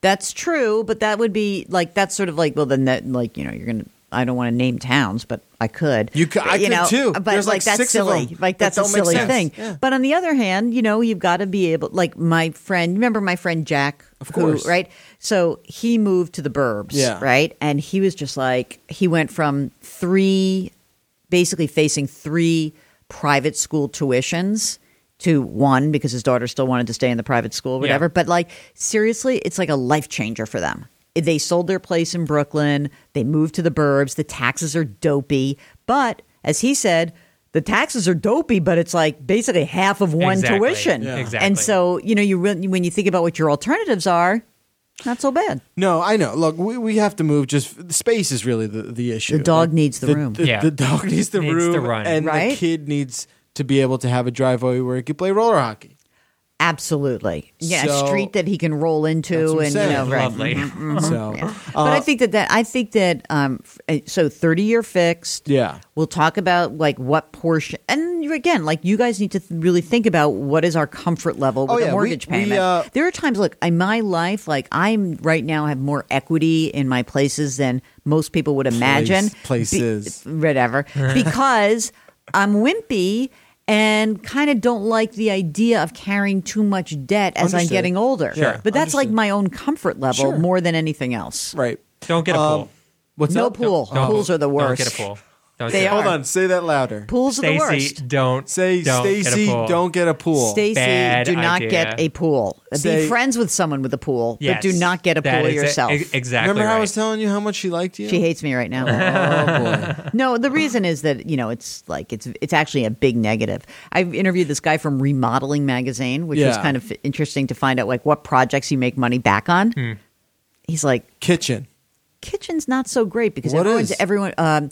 That's true, but that would be like that's sort of like well then that like you know you're gonna I don't want to name towns, but I could.
You could- I
But,
could,
know,
too.
But
There's, like,
that's
six of
silly.
them
Like
that
that's a
don't make
silly
sense.
thing.
Yeah.
But on the other hand, you know you've got to be able. Like my friend, remember my friend Jack,
Of
who-
course.
right? So he moved to the burbs,
Yeah.
right? And he was just like he went from three, basically facing three private school tuitions to one because his daughter still wanted to stay in the private school, whatever.
Yeah.
But like seriously, it's like a life changer for them. They sold their place in Brooklyn. They moved to the burbs. The taxes are dopey, but as he said, the taxes are dopey, but it's like basically half of one
Exactly.
tuition.
Yeah.
And
Exactly.
so you know you re- when you think about what your alternatives are, not so bad.
No, I know. Look, we, we have to move. Just the space is really the, the issue.
The dog needs the room.
The,
Yeah.
the dog [LAUGHS] needs the
Needs to
room,
run.
and the
Right?
kid needs to be able to have a driveway where he can play roller hockey.
Absolutely. Yeah,
So-
a street that he can roll into
what I'm
and you know,
saying.
right. Mm-hmm.
Lovely.
So,
Yeah.
uh,
but I think that, that I think that um f- so 30 year fixed.
Yeah.
We'll talk about like what portion and you- again like you guys need to th- really think about what is our comfort level with
Oh, yeah,
a
we-
mortgage
we,
payment.
uh,
there are times look, in my life like I'm right now have more equity in my places than most people would imagine. Be-
places. [LAUGHS]
whatever because I'm wimpy and kind of don't like the idea of carrying too much debt as I'm
Understood.
getting older.
Sure.
But that's like
Understood.
my own comfort level
Sure.
more than anything else.
right.
[LAUGHS] Don't get a
Um,
pool.
What's
No
up?
pool. Pools are the worst.
Don't get a pool. Don't
They
get a
are.
Hold on. Say that louder.
Pools are the
pool.
worst.
Stacy, don't
Say,
don't get a
Stacy,
pool.
don't get a pool.
Stacy,
Bad
do not
idea.
get a pool.
Say-
Be friends with someone with a pool,
Yes.
but do not get a
That
pool
is it.
yourself.
E- exactly.
Remember how I
right.
was telling you how much she liked you?
she hates me right now.
oh, boy.
[LAUGHS] No, the reason is that you know it's like it's it's actually a big negative. I've interviewed this guy from Remodeling Magazine, which was
Yeah.
kind of interesting to find out like what projects you make money back on.
Hmm.
He's like,
Kitchen.
kitchen's not so great because
What
everyone's
is?
everyone. Um,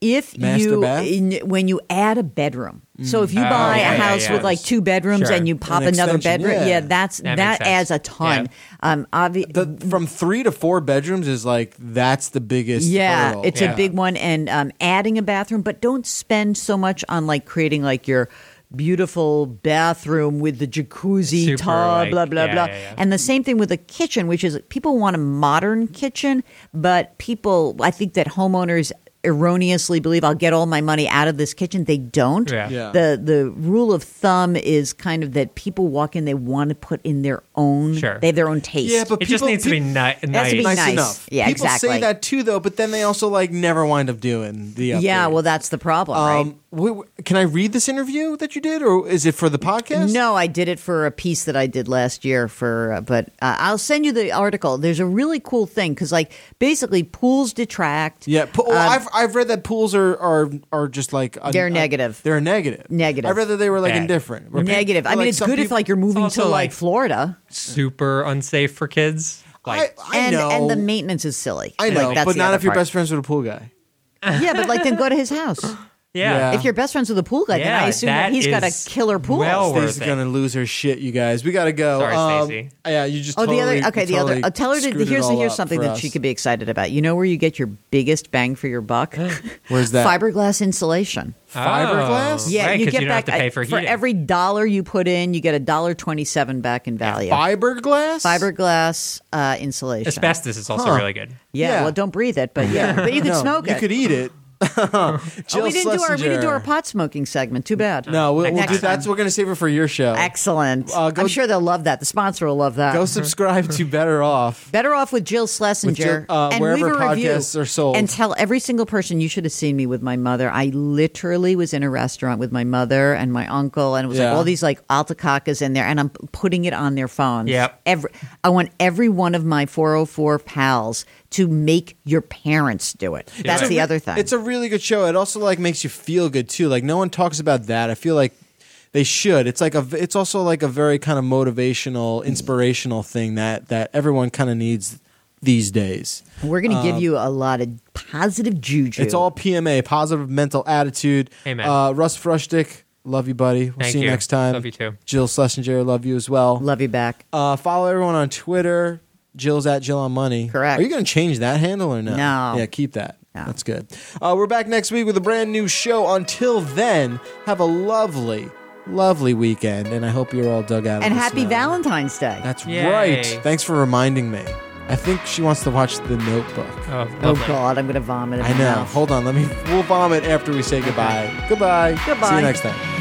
if
Master
you
bath? Mm.
in, when you add a bedroom, so if you
Oh,
buy
yeah,
a
yeah,
house
yeah.
with like two bedrooms
Sure.
and you pop
An
another
extension,
bedroom,
yeah.
yeah, that's
That
that,
makes
adds
sense.
a ton. Um, obvi-
The, from three to four bedrooms is like, that's the biggest
Yeah,
hurdle.
it's
Yeah.
a big one, and um, adding a bathroom, but don't spend so much on like creating like your beautiful bathroom with the jacuzzi
Super,
tub,
like-
blah blah
yeah,
blah.
yeah, yeah.
And the same thing with a kitchen, which is people want a modern kitchen, but people, I think that homeowners erroneously believe I'll get all my money out of this kitchen. They don't.
Yeah.
Yeah.
The the rule of thumb is kind of that people walk in, they want to put in their own,
Sure.
they have their own taste.
Yeah, but
It just
people-
needs to be
peop-
ni-
has
nice.
to be
nice,
nice.
enough.
Yeah,
People say
exactly.
that too, though, but then they also like never wind up doing the. Upgrade.
yeah, well, that's the problem, right?
um, wait, wait, can I read this interview that you did, or is it for the podcast?
No, I did it for a piece that I did last year for, uh, but uh, I'll send you the article. There's a really cool thing because, like, basically pools detract.
Yeah, po- well, I've I've read that pools are are are just like a,
Um, They're
a-
negative.
They're a negative.
Negative.
I'd rather they were like
Bad.
indifferent. Where people-
Negative. I
where,
mean,
like,
it's
some
good if
people-
like you're moving
Also,
to like,
like-
Florida,
super unsafe for kids. Like
I, I
and
know,
and the maintenance is silly.
I know,
Like, that's
but
the
not
other
if you're
part.
best friends with a pool guy.
yeah, but like then go to
[LAUGHS]
his house.
yeah.
Yeah.
If you're best friends with a pool guy, then
Yeah,
I assume that,
that
he's got a
is
killer pool.
well worth
Stacey's
it.
gonna lose her shit, you guys. We gotta go.
Sorry,
Um,
Stacey.
Yeah, you just.
Oh,
totally,
the other okay.
you
The other.
totally
Uh, tell her to,
screwed it
here's
all
here's
up
something
for
that
us.
she could be excited about. You know where you get your biggest bang for your buck?
[GASPS] Where's that?
Fiberglass insulation.
Fiberglass?
Oh,
Yeah,
right,
you
'cause
get
don't
back
have to pay
I-
for, heating.
every dollar you put in, you get a dollar twenty-seven back in value.
Fiberglass.
Fiberglass uh, insulation.
asbestos is also
Huh.
really good.
yeah,
Yeah.
well, don't breathe it,
[LAUGHS]
but yeah, but you can
No,
smoke
You
it.
could eat it.
[LAUGHS]
[LAUGHS]
oh,
Jill
we didn't do our we didn't do
Schlesinger.
our pot smoking segment. Too bad.
No, we'll, we'll
Next
do
time.
that's we're gonna save it for your show.
Excellent.
Uh, go-
I'm sure they'll love that. The sponsor will love that.
Go subscribe to Better Off.
Better off with Jill Schlesinger.
With Jill- uh,
and
wherever
leave a review.
podcasts are sold.
And tell every single person you should have seen me with my mother. I literally was in a restaurant with my mother and my uncle, and it was
Yeah.
like all these like alticacas in there, and I'm putting it on their phones.
Yep.
Every, I want every one of my 404 pals to make your parents do it. That's
It's a
the
re-
other thing.
It's a really good show. It also like makes you feel good too. Like no one talks about that. I feel like they should. It's like a. It's also like a very kind of motivational, inspirational thing that that everyone kind of needs these days.
We're going to give you a lot of positive juju.
um, It's all PMA, positive mental attitude.
Amen.
Uh, Russ Frushtick, love you, buddy. We'll
Thank
see you,
you.
next time.
Love you too.
Jill Schlesinger, love you as well.
love you back.
Uh, follow everyone on Twitter. Jill's at Jill on Money.
Correct.
Are you going to change that handle or no?
No.
Yeah, keep that.
No.
That's good. Uh, we're back next week with a brand new show. Until then, have a lovely, lovely weekend, and I hope you're all dug out. of
And
the
happy
snow.
Valentine's Day.
That's
Yay.
right. Thanks for reminding me. I think she wants to watch The Notebook.
Oh,
oh,
lovely.
God. I'm going to vomit. in
I
my
know.
mouth.
Hold on. Let me. We'll vomit after we say goodbye. Goodbye. See
Goodbye.
you next time.